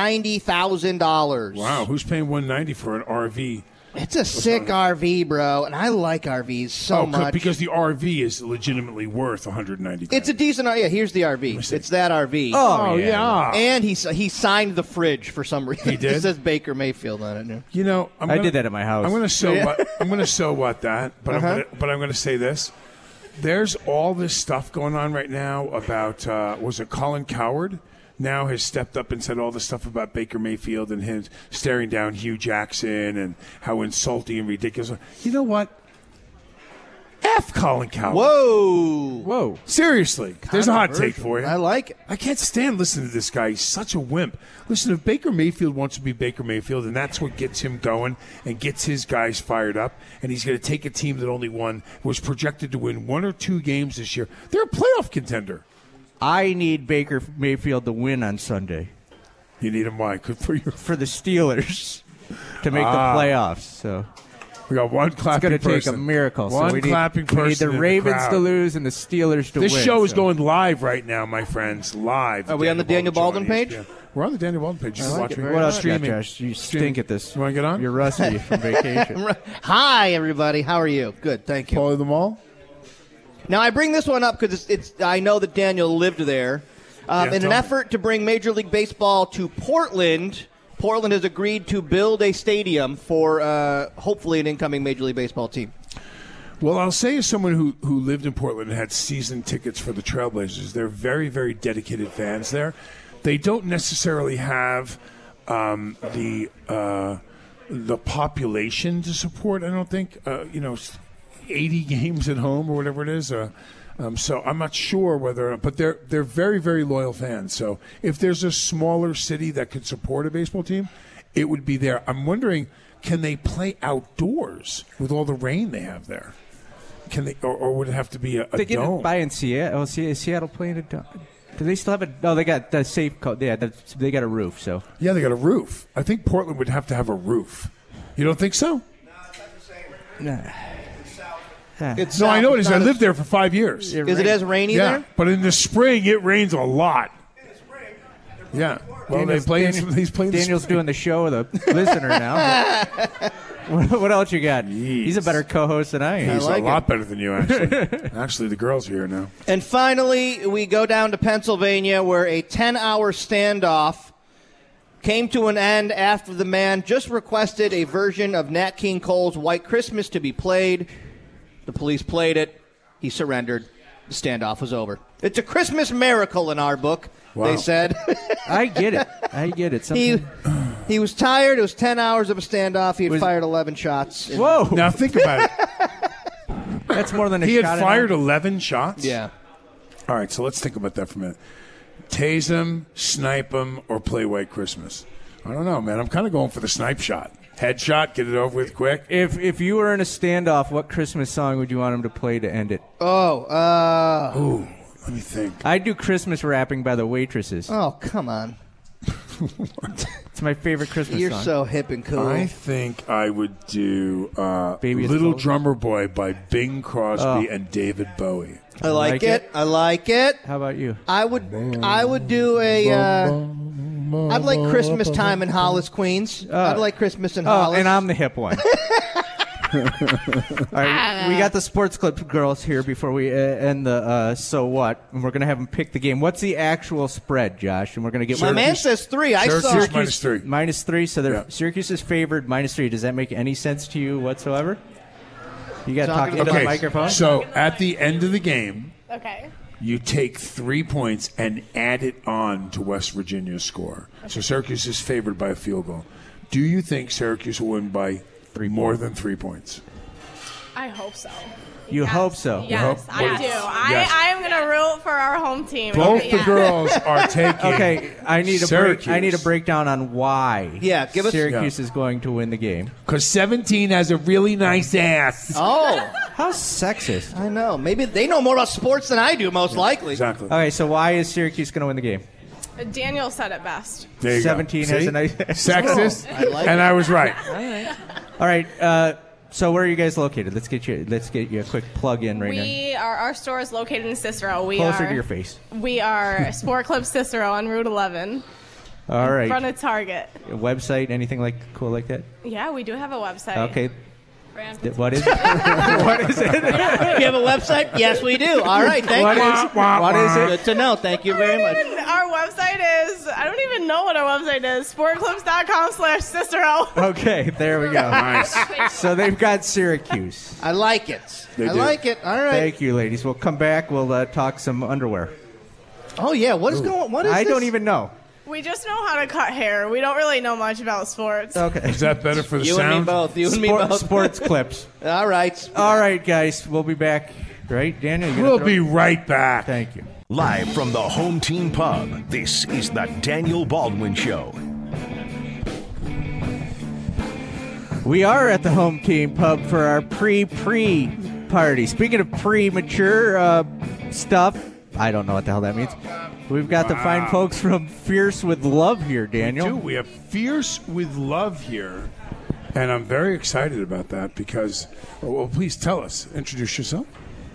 Speaker 11: $190,000.
Speaker 9: Wow, who's paying 190 for an RV?
Speaker 11: It's a sick RV, bro, and I like RVs so
Speaker 9: oh, c-
Speaker 11: much.
Speaker 9: because the RV is legitimately worth 190.
Speaker 11: it's a decent RV. Yeah, here's the RV. It's that RV.
Speaker 9: oh yeah.
Speaker 11: And he, s- he signed the fridge for some reason.
Speaker 9: He did?
Speaker 11: It says Baker Mayfield on it. now.
Speaker 9: You know, I'm
Speaker 7: I
Speaker 9: gonna-
Speaker 7: did that at my house.
Speaker 9: I'm going to so
Speaker 11: Yeah.
Speaker 9: what, I'm going to so what that, but
Speaker 11: Uh-huh.
Speaker 9: I'm gonna, but I'm going to say this. There's all this stuff going on right now about uh, was it Colin Coward? Now has stepped up and said all the stuff about Baker Mayfield and him staring down Hugh Jackson and how insulting and ridiculous. You know what? F Colin Coward.
Speaker 11: Whoa.
Speaker 7: Whoa.
Speaker 9: Seriously, there's a hot take
Speaker 11: Controversial.
Speaker 9: for you.
Speaker 11: I like it.
Speaker 9: I can't stand listening to this guy. He's such a wimp. Listen, if Baker Mayfield wants to be Baker Mayfield, and that's what gets him going and gets his guys fired up, and he's going to take a team that only won, was projected to win one or two games this year, they're a playoff contender.
Speaker 7: I need Baker Mayfield to win on Sunday
Speaker 9: You need him, why? Good for you.
Speaker 7: for the Steelers to make
Speaker 9: Ah.
Speaker 7: the playoffs. So
Speaker 9: We got one
Speaker 7: it's
Speaker 9: clapping
Speaker 7: going to take a
Speaker 9: person.
Speaker 7: miracle.
Speaker 9: One
Speaker 7: so we
Speaker 9: clapping
Speaker 7: need,
Speaker 9: person.
Speaker 7: We need the
Speaker 9: in
Speaker 7: Ravens
Speaker 9: crowd.
Speaker 7: to lose and the Steelers to
Speaker 9: This
Speaker 7: win.
Speaker 9: show is
Speaker 7: so.
Speaker 9: going live right now, my friends. Live.
Speaker 11: Are we on the Daniel
Speaker 9: Baldwin show
Speaker 11: Baldwin page?
Speaker 9: on ESPN. We're on the Daniel Baldwin page. You can
Speaker 11: like
Speaker 9: watch
Speaker 11: it
Speaker 9: me
Speaker 11: very
Speaker 7: What else you got,
Speaker 9: streaming.
Speaker 7: Josh? You
Speaker 9: Streaming.
Speaker 7: stink at this.
Speaker 9: You want to get on?
Speaker 7: You're rusty from vacation.
Speaker 11: Hi, everybody. How are you? Good, thank you.
Speaker 9: Follow them all.
Speaker 11: Now I bring this one up because it's, it's. I know that Daniel lived there. Um,
Speaker 9: Yeah,
Speaker 11: in an
Speaker 9: tell me.
Speaker 11: effort to bring Major League Baseball to Portland, Portland has agreed to build a stadium for uh, hopefully an incoming Major League Baseball team.
Speaker 9: Well, I'll say as someone who, who lived in Portland and had season tickets for the Trailblazers, they're very, very dedicated fans there. They don't necessarily have um, the uh, the population to support. I don't think uh, you know, eighty games at home or whatever it is. Uh, um, so I'm not sure whether, but they're they're very very loyal fans. So if there's a smaller city that could support a baseball team, it would be there. I'm wondering, can they play outdoors with all the rain they have there? Can they, or, or would it have to be a, a
Speaker 10: they get
Speaker 9: dome?
Speaker 10: by in Seattle. Oh, Se- Seattle playing a dome. Do they still have a? No, they got the safe. Co- yeah, the, they got a roof. So
Speaker 9: Yeah, they got a roof. I think Portland would have to have a roof. You don't think so?
Speaker 11: It's
Speaker 9: no, I
Speaker 11: south,
Speaker 9: know it
Speaker 11: it's
Speaker 9: is. I
Speaker 11: not as-
Speaker 9: lived there for five years.
Speaker 11: Is it as rainy
Speaker 9: yeah,
Speaker 11: there?
Speaker 9: but in the spring it rains a lot. Yeah. Well, they play in some, he's playing.
Speaker 10: Daniel's doing the show with a listener now. what, what else you got? He's a better co-host than I am.
Speaker 9: He's
Speaker 11: like
Speaker 9: a
Speaker 11: it.
Speaker 9: lot better than you, actually. actually, the girls are here now.
Speaker 11: And finally, we go down to Pennsylvania where a 10 hour standoff came to an end after the man just requested a version of Nat King Cole's White Christmas to be played. The police played it. He surrendered. The standoff was over. It's a Christmas miracle in our book, they
Speaker 9: Wow.
Speaker 11: said.
Speaker 10: I get it. I get it.
Speaker 11: he,
Speaker 10: Something.
Speaker 11: he was tired. It was 10 hours of a standoff. He had
Speaker 10: Was-
Speaker 11: fired 11 shots. in-
Speaker 10: Whoa,
Speaker 9: Now think about it.
Speaker 10: that's more than a
Speaker 9: He had
Speaker 10: shot at
Speaker 9: fired
Speaker 10: him.
Speaker 9: eleven shots.
Speaker 11: Yeah.
Speaker 9: All right, so let's think about that for a minute. Tase him, snipe him, or play White Christmas. I don't know, man. I'm kind of going for the snipe shot. Head shot, get it over with quick.
Speaker 10: If if you were in a standoff, what Christmas song would you want him to play to end it?
Speaker 11: Oh, uh.
Speaker 9: Ooh, let me think.
Speaker 10: I do Christmas rapping by the waitresses.
Speaker 11: Oh, come on.
Speaker 10: It's my favorite Christmas
Speaker 11: You're
Speaker 10: song.
Speaker 11: so hip and cool.
Speaker 9: I think I would do uh,
Speaker 10: Baby, it's
Speaker 9: Little
Speaker 10: cold.
Speaker 9: Drummer Boy by Bing Crosby
Speaker 10: Oh.
Speaker 9: and David Bowie.
Speaker 11: I like,
Speaker 10: like
Speaker 11: it. I like it.
Speaker 10: How about you?
Speaker 11: I would I would do a uh, I'd like Christmas time in Hollis, Queens. I'd like Christmas in
Speaker 10: Uh, Oh,
Speaker 11: Hollis.
Speaker 10: and I'm the hip one. All right, we got the sports clip girls here before we uh, end the uh, so what, and we're gonna have them pick the game. What's the actual spread, Josh? And we're gonna get
Speaker 11: my
Speaker 10: one-
Speaker 11: man says three. I
Speaker 9: Syracuse
Speaker 11: saw
Speaker 9: minus three.
Speaker 10: minus three. So they're
Speaker 9: Yeah.
Speaker 10: Syracuse is favored minus three. Does that make any sense to you whatsoever? You got to talk
Speaker 11: Talking
Speaker 10: into
Speaker 9: okay,
Speaker 10: the microphone.
Speaker 9: so at the end of the game,
Speaker 13: Okay.
Speaker 9: you take three points and add it on to West Virginia's score. So Syracuse is favored by a field goal. Do you think Syracuse will win by three more than three points?
Speaker 13: I hope so.
Speaker 10: you hope so.
Speaker 13: Yes,
Speaker 9: hope-
Speaker 13: I
Speaker 9: Yes.
Speaker 13: do.
Speaker 9: Yes.
Speaker 13: I, I'm going to root for our home team.
Speaker 9: Both
Speaker 13: Okay,
Speaker 9: the
Speaker 13: yeah.
Speaker 9: girls are taking.
Speaker 10: Okay, I need a break,
Speaker 9: Syracuse.
Speaker 10: I need a breakdown on why.
Speaker 11: Yeah, give us-
Speaker 10: Syracuse
Speaker 9: Yeah.
Speaker 10: is going to win the game.
Speaker 9: Because 17 has a really nice ass.
Speaker 11: Oh,
Speaker 10: How sexist.
Speaker 11: I know. Maybe they know more about sports than I do, most likely.
Speaker 9: Exactly.
Speaker 10: Okay, so why is Syracuse going to win the game?
Speaker 13: Daniel said it best.
Speaker 9: There you go.
Speaker 10: 17 has
Speaker 9: See?
Speaker 10: a nice-
Speaker 9: Sexist.
Speaker 11: I like
Speaker 9: and I was right.
Speaker 10: All right. Uh, so where are you guys located? Let's get you. Let's get you a quick plug in right now.
Speaker 13: We are our store is located in Cicero. We
Speaker 10: Closer
Speaker 13: are
Speaker 10: to your face.
Speaker 13: We are Sport Club Cicero on Route 11,
Speaker 10: All right.
Speaker 13: front of Target.
Speaker 10: A website, anything like cool like that?
Speaker 13: Yeah, we do have a website.
Speaker 10: Okay. Th- What is? what is it?
Speaker 11: You have a website? Yes, we do. All right, thank
Speaker 10: What
Speaker 11: you.
Speaker 10: is- what is it?
Speaker 11: Good to know. Thank you very much.
Speaker 13: Our website is I don't even know what our website is. Sportclubs.com slash Cicero.
Speaker 10: Okay, there we go.
Speaker 9: Nice.
Speaker 10: So they've got Syracuse.
Speaker 11: I like it.
Speaker 9: They
Speaker 11: I
Speaker 9: do.
Speaker 11: like it. All right.
Speaker 10: Thank you, ladies. We'll come back. We'll uh, talk some underwear.
Speaker 11: Oh yeah, what is going? What is
Speaker 10: I don't
Speaker 11: this?
Speaker 10: even know.
Speaker 13: We just know how to cut hair. We don't really know much about sports.
Speaker 10: Okay.
Speaker 9: Is that better for the
Speaker 11: You
Speaker 9: sound?
Speaker 11: and me both. You and me
Speaker 10: Sport-
Speaker 11: both.
Speaker 10: sports clips.
Speaker 11: All right.
Speaker 10: All right, guys. We'll be back. Right, Daniel. you gonna
Speaker 9: We'll
Speaker 10: throw-
Speaker 9: be right back.
Speaker 10: Thank you.
Speaker 8: Live from the home team pub, this is the Daniel Baldwin Show.
Speaker 10: We are at the home team pub for our pre pre party. Speaking of premature uh, stuff, I don't know what the hell that means. We've got the fine folks from Fierce with Love here,
Speaker 9: Dude,
Speaker 10: Daniel.
Speaker 9: we have Fierce with Love here. And I'm very excited about that because, oh, well, please tell us. Introduce yourself.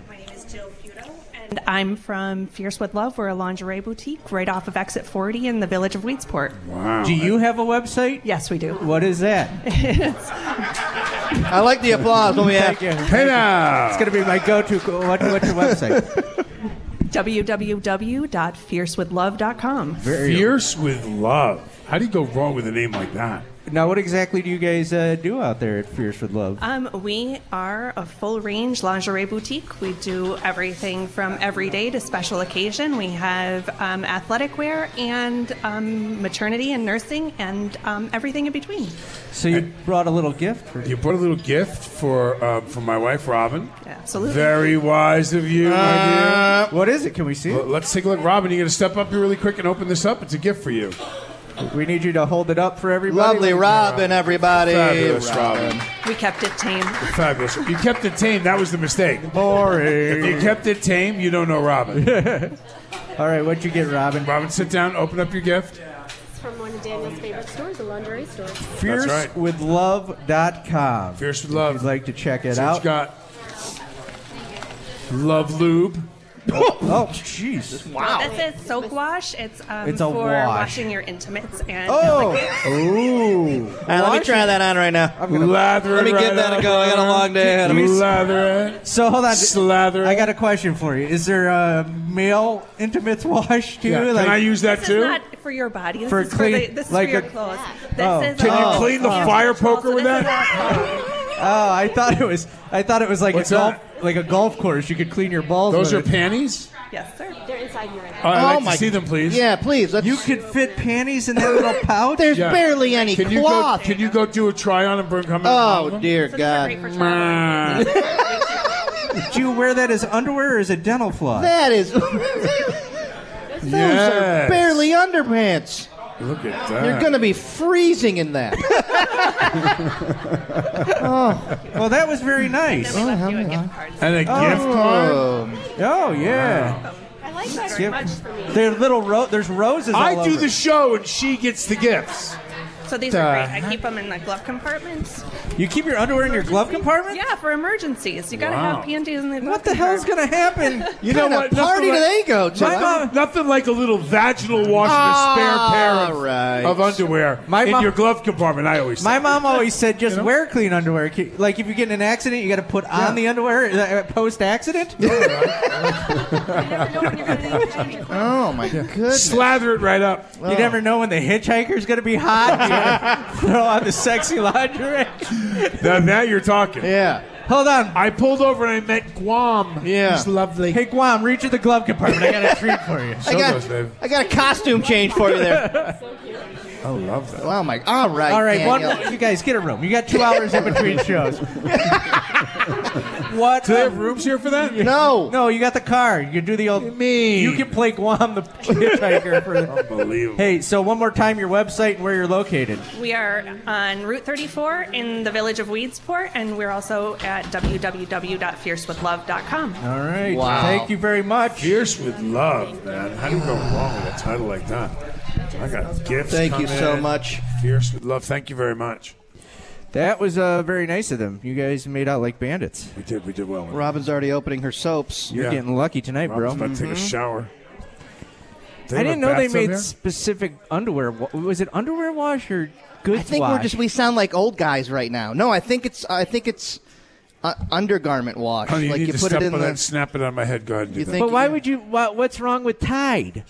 Speaker 15: My name is Jill Puto, and I'm from Fierce with Love. We're a lingerie boutique right off of Exit 40 in the village of Weedsport.
Speaker 9: Wow.
Speaker 10: Do you have a website?
Speaker 15: Yes, we do.
Speaker 10: What is that?
Speaker 11: I like the applause when we have.
Speaker 10: Thank you. It's
Speaker 9: Hey now.
Speaker 10: going to be my go to. What, what's your website?
Speaker 15: www.fiercewithlove.com.
Speaker 9: Fierce with Love. How do you go wrong with a name like that?
Speaker 7: Now, what exactly do you guys uh, do out there at Fierce with Love?
Speaker 15: Um, we are a full range lingerie boutique. We do everything from everyday to special occasion. We have um, athletic wear and um, maternity and nursing and um, everything in between.
Speaker 7: So you brought a little gift. For
Speaker 9: You brought a little gift for uh, for my wife, Robin.
Speaker 15: Absolutely.
Speaker 9: Very wise of you,
Speaker 11: Uh,
Speaker 9: my dear.
Speaker 7: What is it? Can we see
Speaker 9: it? Let's take a look. Robin, you going to step up here really quick and open this up? It's a gift for you.
Speaker 7: We need you to hold it up for everybody.
Speaker 11: Lovely Robin, everybody.
Speaker 9: Fabulous, Robin.
Speaker 15: We kept it tame.
Speaker 9: Fabulous. If you kept it tame, that was the mistake.
Speaker 7: Boring.
Speaker 9: If you kept it tame, you don't know Robin.
Speaker 7: All right, what'd you get, Robin?
Speaker 9: Robin, sit down, open up your gift.
Speaker 16: It's from one of Daniel's favorite stores, the lingerie store.
Speaker 7: FierceWithLove.com.
Speaker 9: Fierce with Love.
Speaker 7: If you'd like to check it
Speaker 9: See what
Speaker 7: out.
Speaker 9: you got. Love lube.
Speaker 7: Oh, jeez.
Speaker 15: Wow. That's it. Soak wash. It's, um,
Speaker 7: It's a
Speaker 15: for
Speaker 7: wash.
Speaker 15: washing your intimates and
Speaker 7: Oh. Ooh.
Speaker 11: All right, let me try that on right now.
Speaker 9: Lather
Speaker 11: Let me
Speaker 9: it
Speaker 11: give
Speaker 9: right
Speaker 11: that a
Speaker 9: on
Speaker 11: go. I got a
Speaker 9: there.
Speaker 11: long day ahead of me.
Speaker 9: Lather it.
Speaker 7: So hold on.
Speaker 9: Slather it.
Speaker 7: I got a question for you. Is there um, a male intimates wash too?
Speaker 9: Yeah, Can I use that
Speaker 15: This
Speaker 9: too?
Speaker 15: is not for your body. This
Speaker 7: For
Speaker 15: is
Speaker 7: clean-
Speaker 15: for the, this is
Speaker 7: like
Speaker 15: for your
Speaker 7: a-
Speaker 15: clothes. This
Speaker 7: Oh.
Speaker 15: is
Speaker 7: Can
Speaker 9: Can you
Speaker 15: all-
Speaker 9: clean the fire poker with that?
Speaker 7: oh, I thought it was. I thought it was like
Speaker 9: What's
Speaker 7: a golf, like a golf course. You could clean your balls.
Speaker 9: Those are
Speaker 7: with it.
Speaker 9: panties?
Speaker 15: Yes, sir.
Speaker 16: They're inside your
Speaker 9: All right, I'd
Speaker 11: Oh
Speaker 9: like
Speaker 11: my-
Speaker 9: to see them, please.
Speaker 11: Yeah, please. Let's,
Speaker 7: You could fit panties in that little pouch.
Speaker 11: there's
Speaker 9: Yeah.
Speaker 11: barely any
Speaker 9: Can you, go,
Speaker 11: cloth.
Speaker 9: can you go do a try on and bring come in? Ah.
Speaker 11: oh dear
Speaker 15: So these are great
Speaker 11: God.
Speaker 15: for travel.
Speaker 9: God.
Speaker 7: Do you wear that as underwear or as a dental floss?
Speaker 11: That is. Those
Speaker 9: Yes.
Speaker 11: are barely underpants.
Speaker 9: Look at
Speaker 11: You're
Speaker 9: that.
Speaker 11: going to be freezing in that.
Speaker 7: Well, that was very nice.
Speaker 15: We left you a gift card.
Speaker 9: and a gift card.
Speaker 7: Oh yeah.
Speaker 16: I like that
Speaker 7: Yep.
Speaker 16: very much for me.
Speaker 7: There are little ro- there's roses. all
Speaker 9: uh, I do
Speaker 7: over.
Speaker 9: the show and she gets the gifts.
Speaker 15: So these
Speaker 9: Uh,
Speaker 15: are great. I keep them in the glove compartments.
Speaker 7: You keep your underwear in your glove compartment?
Speaker 15: Yeah, for emergencies. You gotta
Speaker 9: Wow.
Speaker 15: have panties in the glove
Speaker 7: What the hell's
Speaker 15: compartment.
Speaker 7: gonna happen?
Speaker 9: You know
Speaker 11: What
Speaker 9: what?
Speaker 11: kind of party
Speaker 9: Nothing
Speaker 11: do
Speaker 9: like-
Speaker 11: they go to?
Speaker 9: Nothing, nothing like a little vaginal wash and
Speaker 11: Ah,
Speaker 9: a spare pair of,
Speaker 11: Alright.
Speaker 9: of underwear
Speaker 7: My
Speaker 9: in
Speaker 7: mom-
Speaker 9: your glove compartment. I always
Speaker 7: My
Speaker 9: say.
Speaker 7: mom always said just
Speaker 9: You know?
Speaker 7: wear clean underwear. Ki- Like if you get in an accident, you got to put on the underwear post accident.
Speaker 16: You never know when you're going to need to change your clothes.
Speaker 11: oh my goodness.
Speaker 9: slather it right up.
Speaker 7: You never know when the hitchhiker's gonna be hot. You gotta throw on the sexy lingerie.
Speaker 9: now, now you're talking.
Speaker 11: Yeah.
Speaker 7: Hold on.
Speaker 9: I pulled over and I met Guam.
Speaker 11: Yeah.
Speaker 9: He's lovely.
Speaker 7: Hey Guam, reach in the glove compartment. I got a treat for you.
Speaker 11: I got,
Speaker 9: those, babe.
Speaker 11: I got a costume change for you there.
Speaker 9: I love that.
Speaker 11: Oh my! All right,
Speaker 7: All right, one.
Speaker 11: Daniel.
Speaker 7: You guys get a room. You got two hours in between shows. what?
Speaker 9: Do they
Speaker 7: a-
Speaker 9: have rooms here for that?
Speaker 11: No,
Speaker 7: No, you got the car. You can do the old.
Speaker 9: Me.
Speaker 7: You can play Guam the hitchhiker for. The-
Speaker 9: Unbelievable.
Speaker 7: hey, so one more time, your website and where you're located.
Speaker 15: We are on Route 34 in the village of Weedsport, and we're also at www.fiercewithlove.com.
Speaker 7: All right.
Speaker 11: Wow.
Speaker 7: Thank you very much.
Speaker 9: Fierce with love, man. How do you go wrong with a title like that? I got gifts.
Speaker 11: Thank you
Speaker 9: coming.
Speaker 11: so much.
Speaker 9: Fierce with love. Thank you very much.
Speaker 7: That was uh, very nice of them. You guys made out like bandits.
Speaker 9: We did. We did well.
Speaker 11: Robin's already opening her soaps.
Speaker 7: You're
Speaker 9: Yeah.
Speaker 7: getting lucky tonight,
Speaker 9: Rob's
Speaker 7: bro.
Speaker 9: about to take a
Speaker 11: Mm-hmm.
Speaker 9: shower. They
Speaker 7: I
Speaker 9: have
Speaker 7: didn't
Speaker 9: a
Speaker 7: know they
Speaker 9: bathtub
Speaker 7: made
Speaker 9: here?
Speaker 7: specific underwear. wa- Was it underwear wash or goods
Speaker 11: I think
Speaker 7: wash?
Speaker 11: we're just we sound like old guys right now. No, I think it's I think it's uh, undergarment wash.
Speaker 9: Honey, you
Speaker 11: like
Speaker 9: need
Speaker 11: you
Speaker 9: to
Speaker 11: put
Speaker 9: step
Speaker 11: it in
Speaker 9: on
Speaker 11: the.
Speaker 9: that and snap it on my head. Go ahead and do
Speaker 11: You
Speaker 9: that.
Speaker 11: think-
Speaker 7: but why would you? Why, what's wrong with Tide?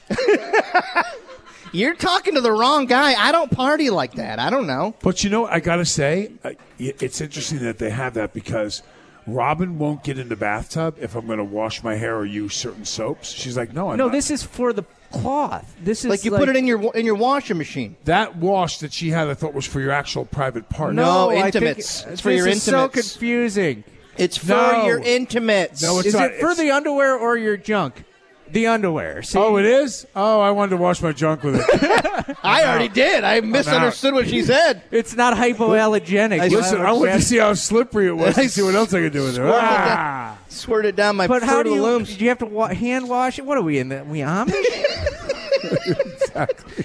Speaker 11: You're talking to the wrong guy. I don't party like that. I don't know.
Speaker 9: But you know, I gotta say, uh, y- it's interesting that they have that because Robin won't get in the bathtub if I'm gonna wash my hair or use certain soaps. She's like, no, I'm
Speaker 7: No,
Speaker 9: not.
Speaker 7: this is for the cloth. This is
Speaker 11: Like you put it in your wa- in your washing machine.
Speaker 9: that wash that she had. I thought was for your actual private part.
Speaker 11: No,
Speaker 7: I
Speaker 11: intimates.
Speaker 7: think-
Speaker 11: It's for
Speaker 7: this
Speaker 11: your
Speaker 7: is
Speaker 11: intimates.
Speaker 7: so confusing.
Speaker 11: It's for
Speaker 9: No.
Speaker 11: your intimates.
Speaker 9: No,
Speaker 7: is
Speaker 9: it's- not-
Speaker 7: it for the underwear or your junk? The underwear. See?
Speaker 9: Oh, it is. Oh, I wanted to wash my junk with it.
Speaker 11: I already did. I misunderstood what she said.
Speaker 7: it's not hypoallergenic.
Speaker 11: I-
Speaker 7: You
Speaker 9: Listen,
Speaker 7: know
Speaker 9: I
Speaker 7: what
Speaker 9: wanted
Speaker 7: I'm
Speaker 9: to
Speaker 7: saying?
Speaker 9: see how slippery it was
Speaker 11: I
Speaker 9: to see what else I could do with it.
Speaker 11: squirted
Speaker 9: Ah.
Speaker 11: Squirt it down my
Speaker 7: But how
Speaker 11: Fruit of
Speaker 7: do
Speaker 11: the
Speaker 7: you?
Speaker 11: Looms.
Speaker 7: Do you have to wa- hand wash it? What are we in? The, we Amish?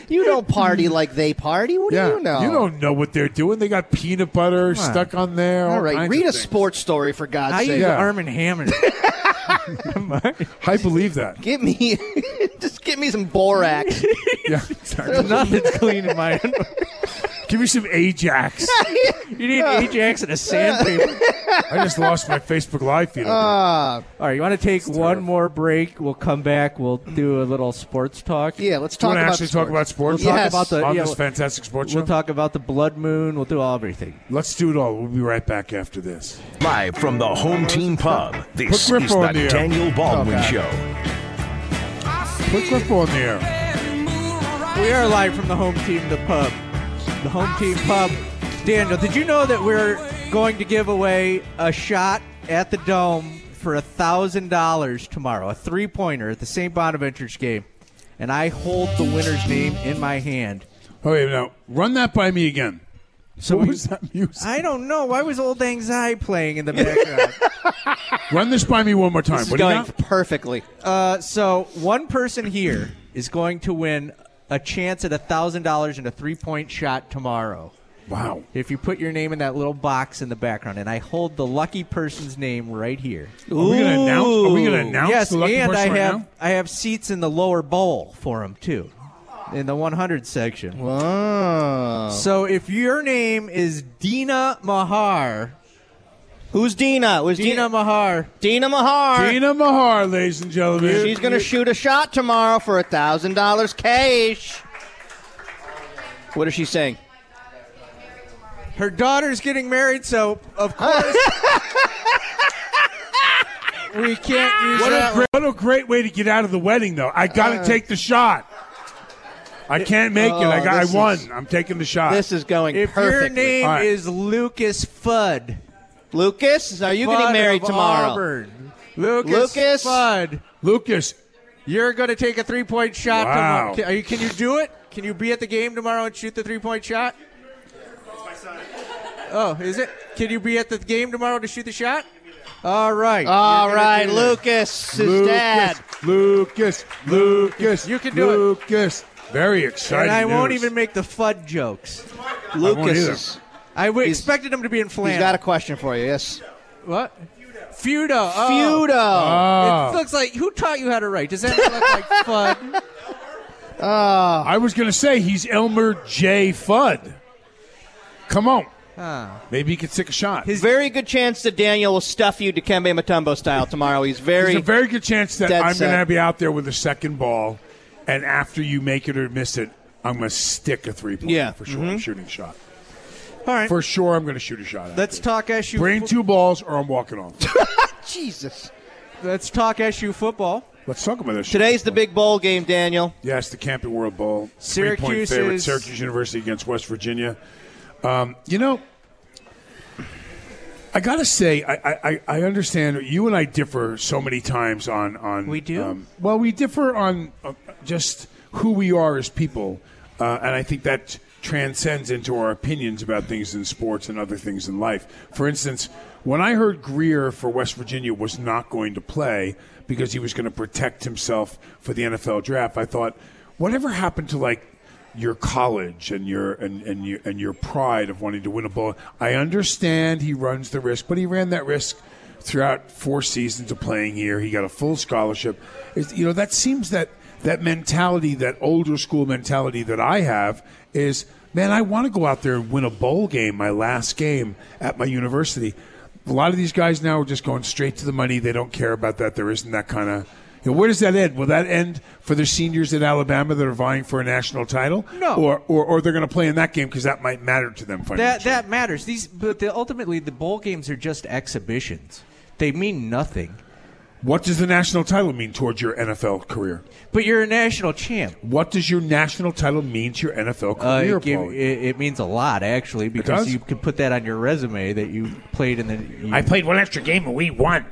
Speaker 11: You don't party like they party. What
Speaker 9: Yeah,
Speaker 11: do you know?
Speaker 9: you don't know what they're doing. They got peanut butter
Speaker 7: Come on.
Speaker 9: stuck on there.
Speaker 11: All right,
Speaker 9: kinds
Speaker 11: read
Speaker 9: of
Speaker 11: a
Speaker 9: things.
Speaker 11: sports story for God's
Speaker 7: I
Speaker 11: sake.
Speaker 7: use
Speaker 9: Yeah.
Speaker 7: Arm and Hammer.
Speaker 9: I believe that.
Speaker 11: Get me, just get me some borax.
Speaker 9: Yeah, exactly.
Speaker 7: Nothing's clean in my underwear.
Speaker 9: Give me some Ajax.
Speaker 7: you need Ajax and a sandpaper.
Speaker 9: I just lost my Facebook Live feed. over
Speaker 7: Uh, All right, you want to take one more break? We'll come back. We'll do a little sports talk.
Speaker 11: Yeah, let's
Speaker 9: Do you talk wanna about actually talk sports. about sports?
Speaker 7: We'll
Speaker 9: Yes.
Speaker 7: talk about the
Speaker 9: On
Speaker 7: yeah,
Speaker 9: this
Speaker 7: we'll-
Speaker 9: fantastic sports
Speaker 7: We'll
Speaker 9: show?
Speaker 7: talk about the blood moon. We'll do all everything.
Speaker 9: there. Let's do it all. We'll be right back after this.
Speaker 8: Live from the home team pub, this
Speaker 9: Put Griffo
Speaker 8: is the
Speaker 9: in the air.
Speaker 8: Daniel Baldwin
Speaker 9: Okay.
Speaker 8: Show.
Speaker 9: Put Griffo on the air.
Speaker 7: We are live from the home team, the pub. The home team pub. Daniel, did you know that we're going to give away a shot at the dome for a thousand dollars tomorrow? A three pointer at the St. Bonaventure's game. And I hold the winner's name in my hand.
Speaker 9: Okay, Oh, now run that by me again.
Speaker 7: So
Speaker 9: what
Speaker 7: we-
Speaker 9: was that music?
Speaker 7: I don't know. Why was old anxiety playing in the background?
Speaker 9: Run this by me one more time.
Speaker 11: This is
Speaker 9: What do you
Speaker 11: going
Speaker 9: got?
Speaker 11: perfectly.
Speaker 7: Uh, so one person here is going to win a chance at thousand dollars and a three-point shot tomorrow.
Speaker 9: Wow.
Speaker 7: If you put your name in that little box in the background, and I hold the lucky person's name right here.
Speaker 9: Are we gonna announce- are we gonna announce
Speaker 7: Yes,
Speaker 9: the lucky
Speaker 7: and
Speaker 9: person
Speaker 7: I
Speaker 9: right
Speaker 7: have
Speaker 9: now?
Speaker 7: I have seats in the lower bowl for him too, in the 100 section.
Speaker 11: Wow.
Speaker 7: So if your name is Dina Mahar,
Speaker 11: Who's Dina? Who's
Speaker 7: Dina Mahar,
Speaker 11: Dina Mahar.
Speaker 9: Dina Mahar, ladies and gentlemen.
Speaker 11: She's going to shoot a shot tomorrow for a thousand dollars cash. What is she saying?
Speaker 7: her daughter's getting married, so of course we can't use
Speaker 9: What
Speaker 7: that.
Speaker 9: a, great, what a great way to get out of the wedding, though. I got to
Speaker 7: Uh.
Speaker 9: take the shot. I can't make it. I
Speaker 11: Oh,
Speaker 9: got. I
Speaker 11: this
Speaker 9: won.
Speaker 11: is-
Speaker 9: I'm taking the shot.
Speaker 11: This is going
Speaker 7: If your
Speaker 11: perfectly.
Speaker 7: name
Speaker 9: All right.
Speaker 7: is Lucas Fudd,
Speaker 11: Lucas, are you getting
Speaker 7: Fudd
Speaker 11: married
Speaker 7: of
Speaker 11: tomorrow?
Speaker 7: Auburn, Lucas,
Speaker 11: Lucas.
Speaker 7: Fudd,
Speaker 9: Lucas.
Speaker 7: you're going to take a three-point shot
Speaker 9: Wow.
Speaker 7: tomorrow. Can, are you, can you do it? Can you be at the game tomorrow and shoot the three-point shot? Oh, is it? Can you be at the game tomorrow to shoot the shot? All right.
Speaker 11: All
Speaker 7: You're gonna
Speaker 11: right,
Speaker 7: do this.
Speaker 11: Lucas, his
Speaker 9: Lucas,
Speaker 11: dad.
Speaker 9: Lucas. Lucas.
Speaker 7: You can do it.
Speaker 9: Lucas. Very
Speaker 7: And
Speaker 9: exciting.
Speaker 7: I won't
Speaker 9: news.
Speaker 7: even make the Fudd jokes.
Speaker 9: won't
Speaker 11: Lucas,
Speaker 9: either.
Speaker 11: is-
Speaker 7: I w-
Speaker 11: He's-
Speaker 7: expected him to be in flannel.
Speaker 11: he's got a question for you. Yes.
Speaker 7: What? Feudo. Oh.
Speaker 11: Feudo.
Speaker 9: Uh, Ah. Oh.
Speaker 7: It looks like who taught you how to write? Does that look like fun?
Speaker 9: I was going to say he's Elmer J. Fudd. Come on. Maybe he could take a shot.
Speaker 11: His very good chance that Daniel will stuff you Dikembe Mutombo style tomorrow. He's very.
Speaker 9: There's a very good chance that
Speaker 11: dead
Speaker 9: I'm going to
Speaker 11: set.
Speaker 9: be out there with a second ball, and after you make it or miss it, I'm going to stick a three point.
Speaker 11: Yeah. Mm-hmm.
Speaker 9: for sure. I'm shooting a shot.
Speaker 7: All right.
Speaker 9: For sure, I'm going to shoot a shot.
Speaker 7: Let's
Speaker 9: after.
Speaker 7: talk SU.
Speaker 9: Bring two balls, or I'm walking off.
Speaker 11: Jesus.
Speaker 7: Let's talk SU football.
Speaker 9: Let's talk about this.
Speaker 11: Today's the big bowl game, Daniel.
Speaker 9: Yes, the Camping World Bowl. Three-point
Speaker 7: Syracuse
Speaker 9: favorite,
Speaker 7: is-
Speaker 9: Syracuse University against West Virginia. Um, you know, I gotta say, I, I, I- I understand you and I differ so many times on on. um,
Speaker 7: We do?
Speaker 9: well, we differ on uh, just who we are as people, uh, and I think that transcends into our opinions about things in sports and other things in life. For instance, when I heard Greer for West Virginia was not going to play because he was going to protect himself for the NFL draft, I thought, whatever happened to like your college and your and, and your and your pride of wanting to win a bowl. I understand he runs the risk, but he ran that risk throughout four seasons of playing here. He got a full scholarship. It's, you know that seems that that mentality, that older school mentality that I have is, man, I want to go out there and win a bowl game, my last game at my university. A lot of these guys now are just going straight to the money. They don't care about that. There isn't that kind of. You know, where does that end? Will that end for the seniors at Alabama that are vying for a national title?
Speaker 7: No.
Speaker 9: Or or, or they're going to play in that game because that might matter to them financially.
Speaker 7: That that matters. These, but the, ultimately, the bowl games are just exhibitions. They mean nothing.
Speaker 9: what does the national title mean towards your NFL career?
Speaker 7: But you're a national champ.
Speaker 9: What does your national title mean to your NFL
Speaker 7: Uh,
Speaker 9: career?
Speaker 7: it, give-
Speaker 9: Paulie?
Speaker 7: it- it means a lot, actually, because
Speaker 9: does?
Speaker 7: you can put that on your resume that you played in the you-
Speaker 9: I played one extra game and we won.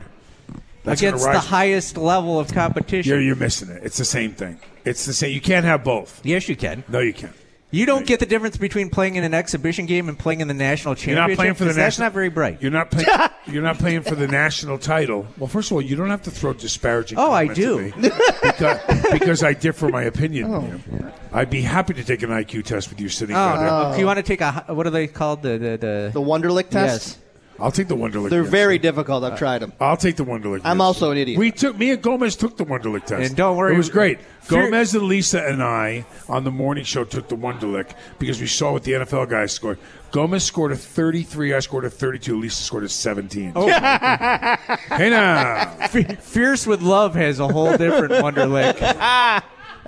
Speaker 9: That's gonna
Speaker 7: against the
Speaker 9: rise-
Speaker 7: highest level of competition.
Speaker 9: You're, you're missing it. It's the same thing. It's the same. You can't have both.
Speaker 7: yes, you can.
Speaker 9: No, you can't.
Speaker 7: You don't get the difference between playing in an exhibition game and playing in the national
Speaker 9: You're
Speaker 7: championship.
Speaker 9: not playing for the
Speaker 7: 'Cause That's
Speaker 9: national.
Speaker 7: not very bright.
Speaker 9: You're not playing. you're not playing for the national title. Well, first of all, you don't have to throw disparaging.
Speaker 7: Oh, I
Speaker 9: comments at me because, because I differ my opinion. from
Speaker 7: Oh.
Speaker 9: you. I'd be happy to take an
Speaker 7: Ah.
Speaker 9: IQ test with you sitting down there.
Speaker 7: Do you want to take a hi- what are they called the the, the
Speaker 11: The Wonderlick test.
Speaker 7: Yes. Uh,
Speaker 9: I'll take the Wonderlic.
Speaker 11: They're very difficult. I've tried them.
Speaker 9: I'll take the Wonderlic.
Speaker 11: I'm
Speaker 9: test.
Speaker 11: also an idiot.
Speaker 9: We took me and Gomez took the Wonderlic test.
Speaker 7: And don't worry,
Speaker 9: it was great.
Speaker 7: Fear-
Speaker 9: Gomez and Lisa and I on the morning show took the Wonderlic because we saw what the NFL guys scored. Gomez scored a 33. I scored a 32. Lisa scored a 17. Oh, hey now.
Speaker 7: Fe- Fierce with Love has a whole different Wonderlic.
Speaker 11: That's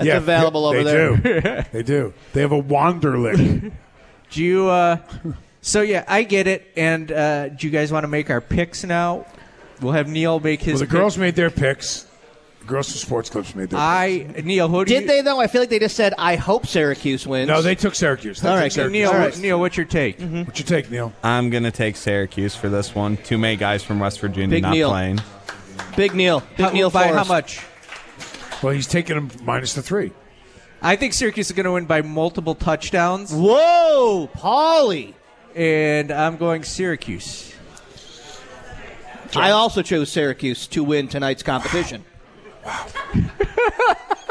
Speaker 11: available over
Speaker 9: they
Speaker 11: there.
Speaker 9: Do. they do. They have a Wanderlic.
Speaker 7: Do you? Uh, so yeah, I get it. And uh, do you guys want to make our picks now? We'll have Neil make his.
Speaker 9: Well, the
Speaker 7: pick.
Speaker 9: girls made their picks. The girls from sports clubs made their
Speaker 7: I Neil, who do
Speaker 11: Did
Speaker 7: you,
Speaker 11: they though? I feel like they just said, "I hope Syracuse wins."
Speaker 9: picks. No, they took Syracuse. They
Speaker 11: All
Speaker 9: took
Speaker 11: right,
Speaker 9: Syracuse.
Speaker 7: Neil,
Speaker 11: All
Speaker 7: what-
Speaker 11: right.
Speaker 7: Neil, what's your take?
Speaker 11: Mm-hmm.
Speaker 9: What's your take, Neil?
Speaker 14: I'm going to take Syracuse for this one. Two May guys from West Virginia
Speaker 11: Big
Speaker 14: not
Speaker 11: Neil.
Speaker 14: playing.
Speaker 11: Big Neil. Big
Speaker 7: How-
Speaker 11: Neil
Speaker 7: by how
Speaker 11: Forrest.
Speaker 7: much?
Speaker 9: Well, he's taking them minus the three.
Speaker 7: I think Syracuse is going to win by multiple touchdowns,
Speaker 11: Whoa, Paulie!
Speaker 7: and I'm going Syracuse.
Speaker 11: I also chose Syracuse to win tonight's competition.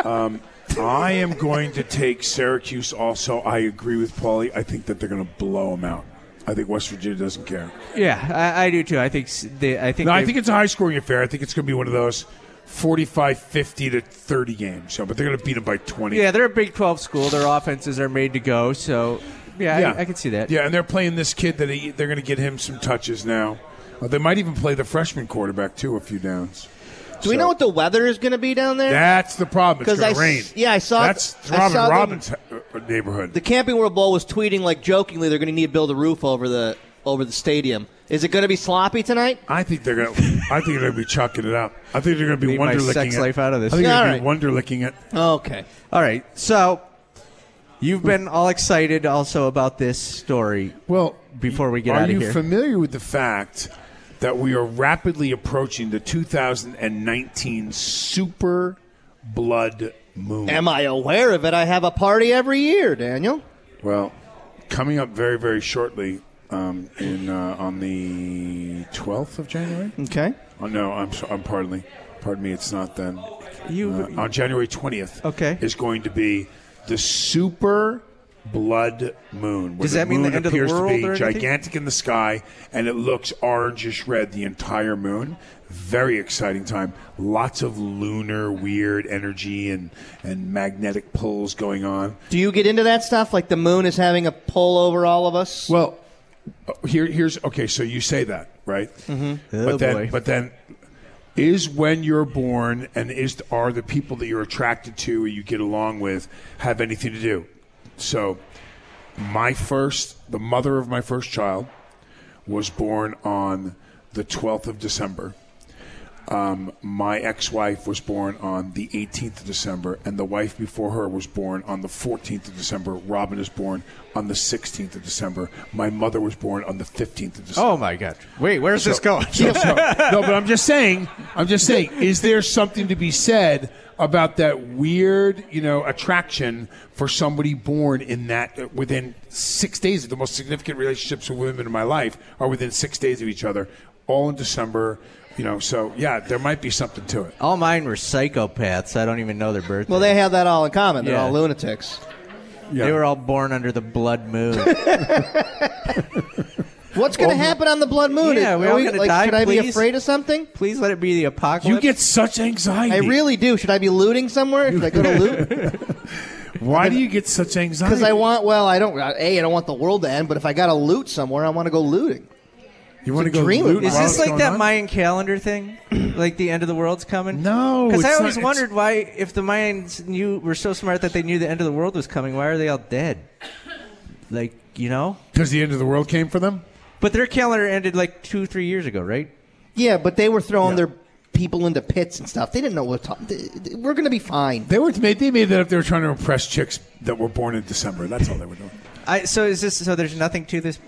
Speaker 9: I am going to take Syracuse also. I agree with Paulie. I think that they're going to blow them out. I think West Virginia doesn't care.
Speaker 7: Yeah, I, I do too. I think s- they. I think.
Speaker 9: No, I
Speaker 7: they-
Speaker 9: think it's a high scoring affair. I think it's going to be one of those 45 50 to 30 games. So, but they're going to beat them by 20.
Speaker 7: Yeah, they're a Big 12 school. Their offenses are made to go. So, yeah,
Speaker 9: Yeah.
Speaker 7: I, I can see that.
Speaker 9: Yeah, and they're playing this kid that he, they're going to get him some touches now. Uh, they might even play the freshman quarterback, too, a few downs.
Speaker 11: Do we know what the weather is going to be down there?
Speaker 9: That's the problem. It's
Speaker 11: 'Cause
Speaker 9: going
Speaker 11: I s-
Speaker 9: to rain.
Speaker 11: yeah, I saw-
Speaker 9: That's
Speaker 11: I
Speaker 9: Robin
Speaker 11: saw them-
Speaker 9: Robbins' uh, neighborhood.
Speaker 11: The Camping World Bowl was tweeting like jokingly they're going to need to build a roof over the over the stadium. Is it going to be sloppy tonight?
Speaker 9: I think they're going. to I think they're going to be chucking it up. I think they're going to be
Speaker 7: Leave my
Speaker 9: wonder licking
Speaker 7: sex
Speaker 9: it.
Speaker 7: life out of this.
Speaker 9: I think they're
Speaker 11: All
Speaker 9: going to
Speaker 11: right.
Speaker 9: be wonder licking it.
Speaker 11: Okay.
Speaker 7: All right. So, you've been all excited also about this story.
Speaker 9: Well,
Speaker 7: before we get
Speaker 9: are
Speaker 7: out of
Speaker 9: you
Speaker 7: here.
Speaker 9: familiar with the fact that we are rapidly approaching the 2019 Super Blood Moon?
Speaker 11: Am I aware of it? I have a party every year, Daniel.
Speaker 9: Well, coming up very very shortly um, in uh, on the 12th of January.
Speaker 11: Okay.
Speaker 9: Oh no, I'm so- I'm pardon me, pardon me. It's not then.
Speaker 7: You-
Speaker 9: Uh, on January 20th.
Speaker 7: Okay.
Speaker 9: is going to be the Super Blood Moon. where
Speaker 7: Does that mean the
Speaker 9: moon
Speaker 7: end of the
Speaker 9: appears
Speaker 7: world
Speaker 9: to be
Speaker 7: or anything?
Speaker 9: gigantic in the sky, and it looks orangish red the entire moon. Very exciting time. Lots of lunar weird energy and and magnetic pulls going on.
Speaker 11: Do you get into that stuff? Like the moon is having a pull over all of us?
Speaker 9: Well, uh, here, here's okay. So you say that, right? Mm-hmm. But
Speaker 7: Oh,
Speaker 9: then,
Speaker 7: boy.
Speaker 9: but then, is when you're born and is are the people that you're attracted to or you get along with have anything to do? So, my first, the mother of my first child, was born on the 12th of December. Um, my ex-wife was born on the 18th of December, and the wife before her was born on the 14th of December. Robin is born on the 16th of December. My mother was born on the 15th of December.
Speaker 7: Oh, my God. Wait, where's this going?
Speaker 9: So- so- no, but I'm just saying. I'm just saying. Is there something to be said about that weird, you know, attraction for somebody born in that uh, within six days of the most significant relationships with women in my life are within six days of each other, all in December. You know, so yeah, there might be something to it.
Speaker 7: All mine were psychopaths. I don't even know their birthday.
Speaker 11: well, they have that all in common. They're
Speaker 7: Yeah.
Speaker 11: all lunatics.
Speaker 9: Yeah.
Speaker 7: They were all born under the blood moon.
Speaker 11: What's going to happen on the blood moon?
Speaker 7: Yeah,
Speaker 11: Are
Speaker 7: we all gonna
Speaker 11: like,
Speaker 7: die,
Speaker 11: Should I be
Speaker 7: please?
Speaker 11: afraid of something?
Speaker 7: Please let it be the apocalypse.
Speaker 9: you get such anxiety.
Speaker 11: I really do. Should I be looting somewhere? Should I go to loot?
Speaker 9: Why do you get such anxiety?
Speaker 11: Because I want. Well, I don't. A, I don't want the world to end. But if I got to loot somewhere, I want to go looting.
Speaker 9: you want to
Speaker 11: it's a
Speaker 9: go
Speaker 11: dream.
Speaker 9: loot
Speaker 7: Is
Speaker 9: while
Speaker 7: this
Speaker 9: it's
Speaker 7: like
Speaker 9: going
Speaker 7: that
Speaker 9: on?
Speaker 7: Mayan calendar thing? like the end of the world's coming?
Speaker 9: No,
Speaker 7: Because I
Speaker 9: it's
Speaker 7: always
Speaker 9: not- it's-
Speaker 7: wondered why, if the Mayans knew were so smart that they knew the end of the world was coming, why are they all dead? Like you know,
Speaker 9: Because the end of the world came for them.
Speaker 7: but their calendar ended like two, three years ago, right?
Speaker 11: Yeah, but they were throwing their people into pits and stuff. They didn't know what. To, th- th- we're going to be fine.
Speaker 9: They were made. They made that up. They were trying to impress chicks that were born in December. That's all they were doing.
Speaker 7: I so is this so? There's nothing to this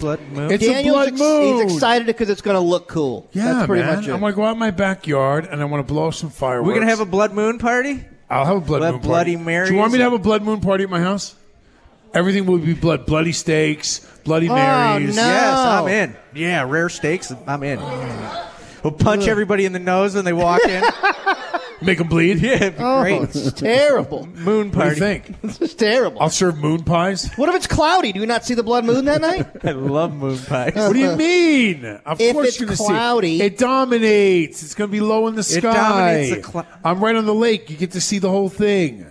Speaker 7: blood moon.
Speaker 9: It's a blood
Speaker 11: ex-
Speaker 9: moon.
Speaker 11: He's excited because it's going to look cool.
Speaker 9: Yeah,
Speaker 11: That's pretty
Speaker 9: man.
Speaker 11: much it.
Speaker 9: I'm gonna go out in my backyard and I'm gonna blow some fireworks.
Speaker 7: We're gonna have a blood moon party.
Speaker 9: I'll have a blood
Speaker 7: We'll
Speaker 9: moon
Speaker 7: have Bloody
Speaker 9: party.
Speaker 7: Marys
Speaker 9: Do you want me to
Speaker 7: and-
Speaker 9: have a blood moon party at my house? Everything will be blood. Bloody steaks, bloody marys.
Speaker 11: no.
Speaker 7: Yes, I'm in. Yeah, rare steaks. I'm in. We'll punch everybody in the nose when they walk in.
Speaker 9: Make them bleed.
Speaker 7: Yeah, it'd be
Speaker 11: Oh,
Speaker 7: great.
Speaker 11: it's terrible.
Speaker 7: Moon
Speaker 9: What do you
Speaker 7: party.
Speaker 9: think?
Speaker 11: This is terrible.
Speaker 9: I'll serve moon pies.
Speaker 11: What if it's cloudy? Do you not see the blood moon that night?
Speaker 7: I love moon pies.
Speaker 9: What do you mean? Of
Speaker 11: If
Speaker 9: course
Speaker 11: it's
Speaker 9: you're gonna
Speaker 11: cloudy-
Speaker 9: see it. It dominates. It's going to be low in the sky.
Speaker 7: dominates the cl-
Speaker 9: I'm right on the lake. You get to see the whole thing.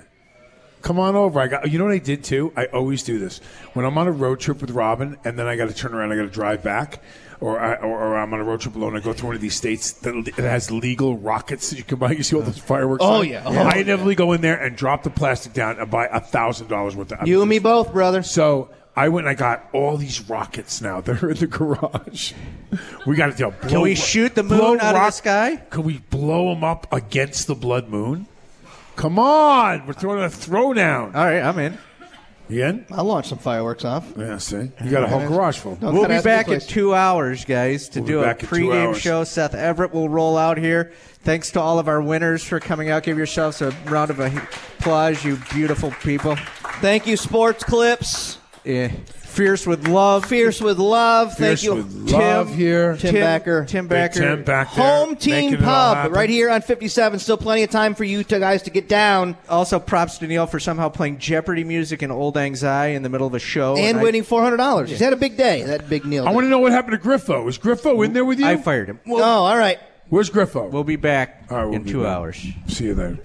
Speaker 9: Come on over. I got. You know what I did too? I always do this when I'm on a road trip with Robin, and then I got to turn around. I got to drive back, or, I, or or I'm on a road trip alone. I go through one of these states that, that has legal rockets that you can buy. You see all those fireworks.
Speaker 11: Oh,
Speaker 9: on?
Speaker 11: yeah.
Speaker 9: I inevitably go in there and drop the plastic down and buy a thousand dollars worth of.
Speaker 11: You and me both, brother.
Speaker 9: So I went and I got all these rockets now. They're in the garage. We got to deal. Blow,
Speaker 7: Can we shoot the
Speaker 9: blow
Speaker 7: moon out of the
Speaker 9: rock-
Speaker 7: sky?
Speaker 9: Can we blow them up against the blood moon? Come on, we're throwing a throwdown.
Speaker 7: All right, I'm in.
Speaker 9: You in?
Speaker 11: I'll launch some fireworks off.
Speaker 9: Yeah, see, you got a whole garage full.
Speaker 11: No,
Speaker 7: We'll
Speaker 11: gotta
Speaker 7: be
Speaker 11: ask me a
Speaker 7: back in
Speaker 11: question.
Speaker 7: two hours, guys, to
Speaker 9: We'll be
Speaker 7: do a
Speaker 9: back in two
Speaker 7: pregame
Speaker 9: hours.
Speaker 7: show. Seth Everett will roll out here. Thanks to all of our winners for coming out. Give yourselves a round of applause, you beautiful people.
Speaker 11: Thank you, Sports Clips.
Speaker 7: Yeah. Fierce with love.
Speaker 11: Fierce with love. Thank
Speaker 9: Fierce
Speaker 11: you.
Speaker 9: with love here.
Speaker 11: Tim, Backer.
Speaker 7: Tim
Speaker 9: Big
Speaker 7: Backer.
Speaker 9: Tim back there,
Speaker 11: Home
Speaker 9: making
Speaker 11: Team
Speaker 9: it all
Speaker 11: Pub
Speaker 9: happen.
Speaker 11: right here on 57. Still plenty of time for you to guys to get down
Speaker 7: Also, props to Neil for somehow playing Jeopardy music and Old Anxiety in the middle of a show.
Speaker 11: and
Speaker 7: I-
Speaker 11: winning $400. He's had a big day, that big Neil.
Speaker 9: I want to know what happened to Griffo. Is Griffo in there with you?
Speaker 7: I fired him.
Speaker 11: oh, all right.
Speaker 9: Where's Griffo?
Speaker 7: We'll be back
Speaker 9: All right, we'll
Speaker 7: in
Speaker 9: be
Speaker 7: two
Speaker 9: back.
Speaker 7: hours.
Speaker 9: see you there.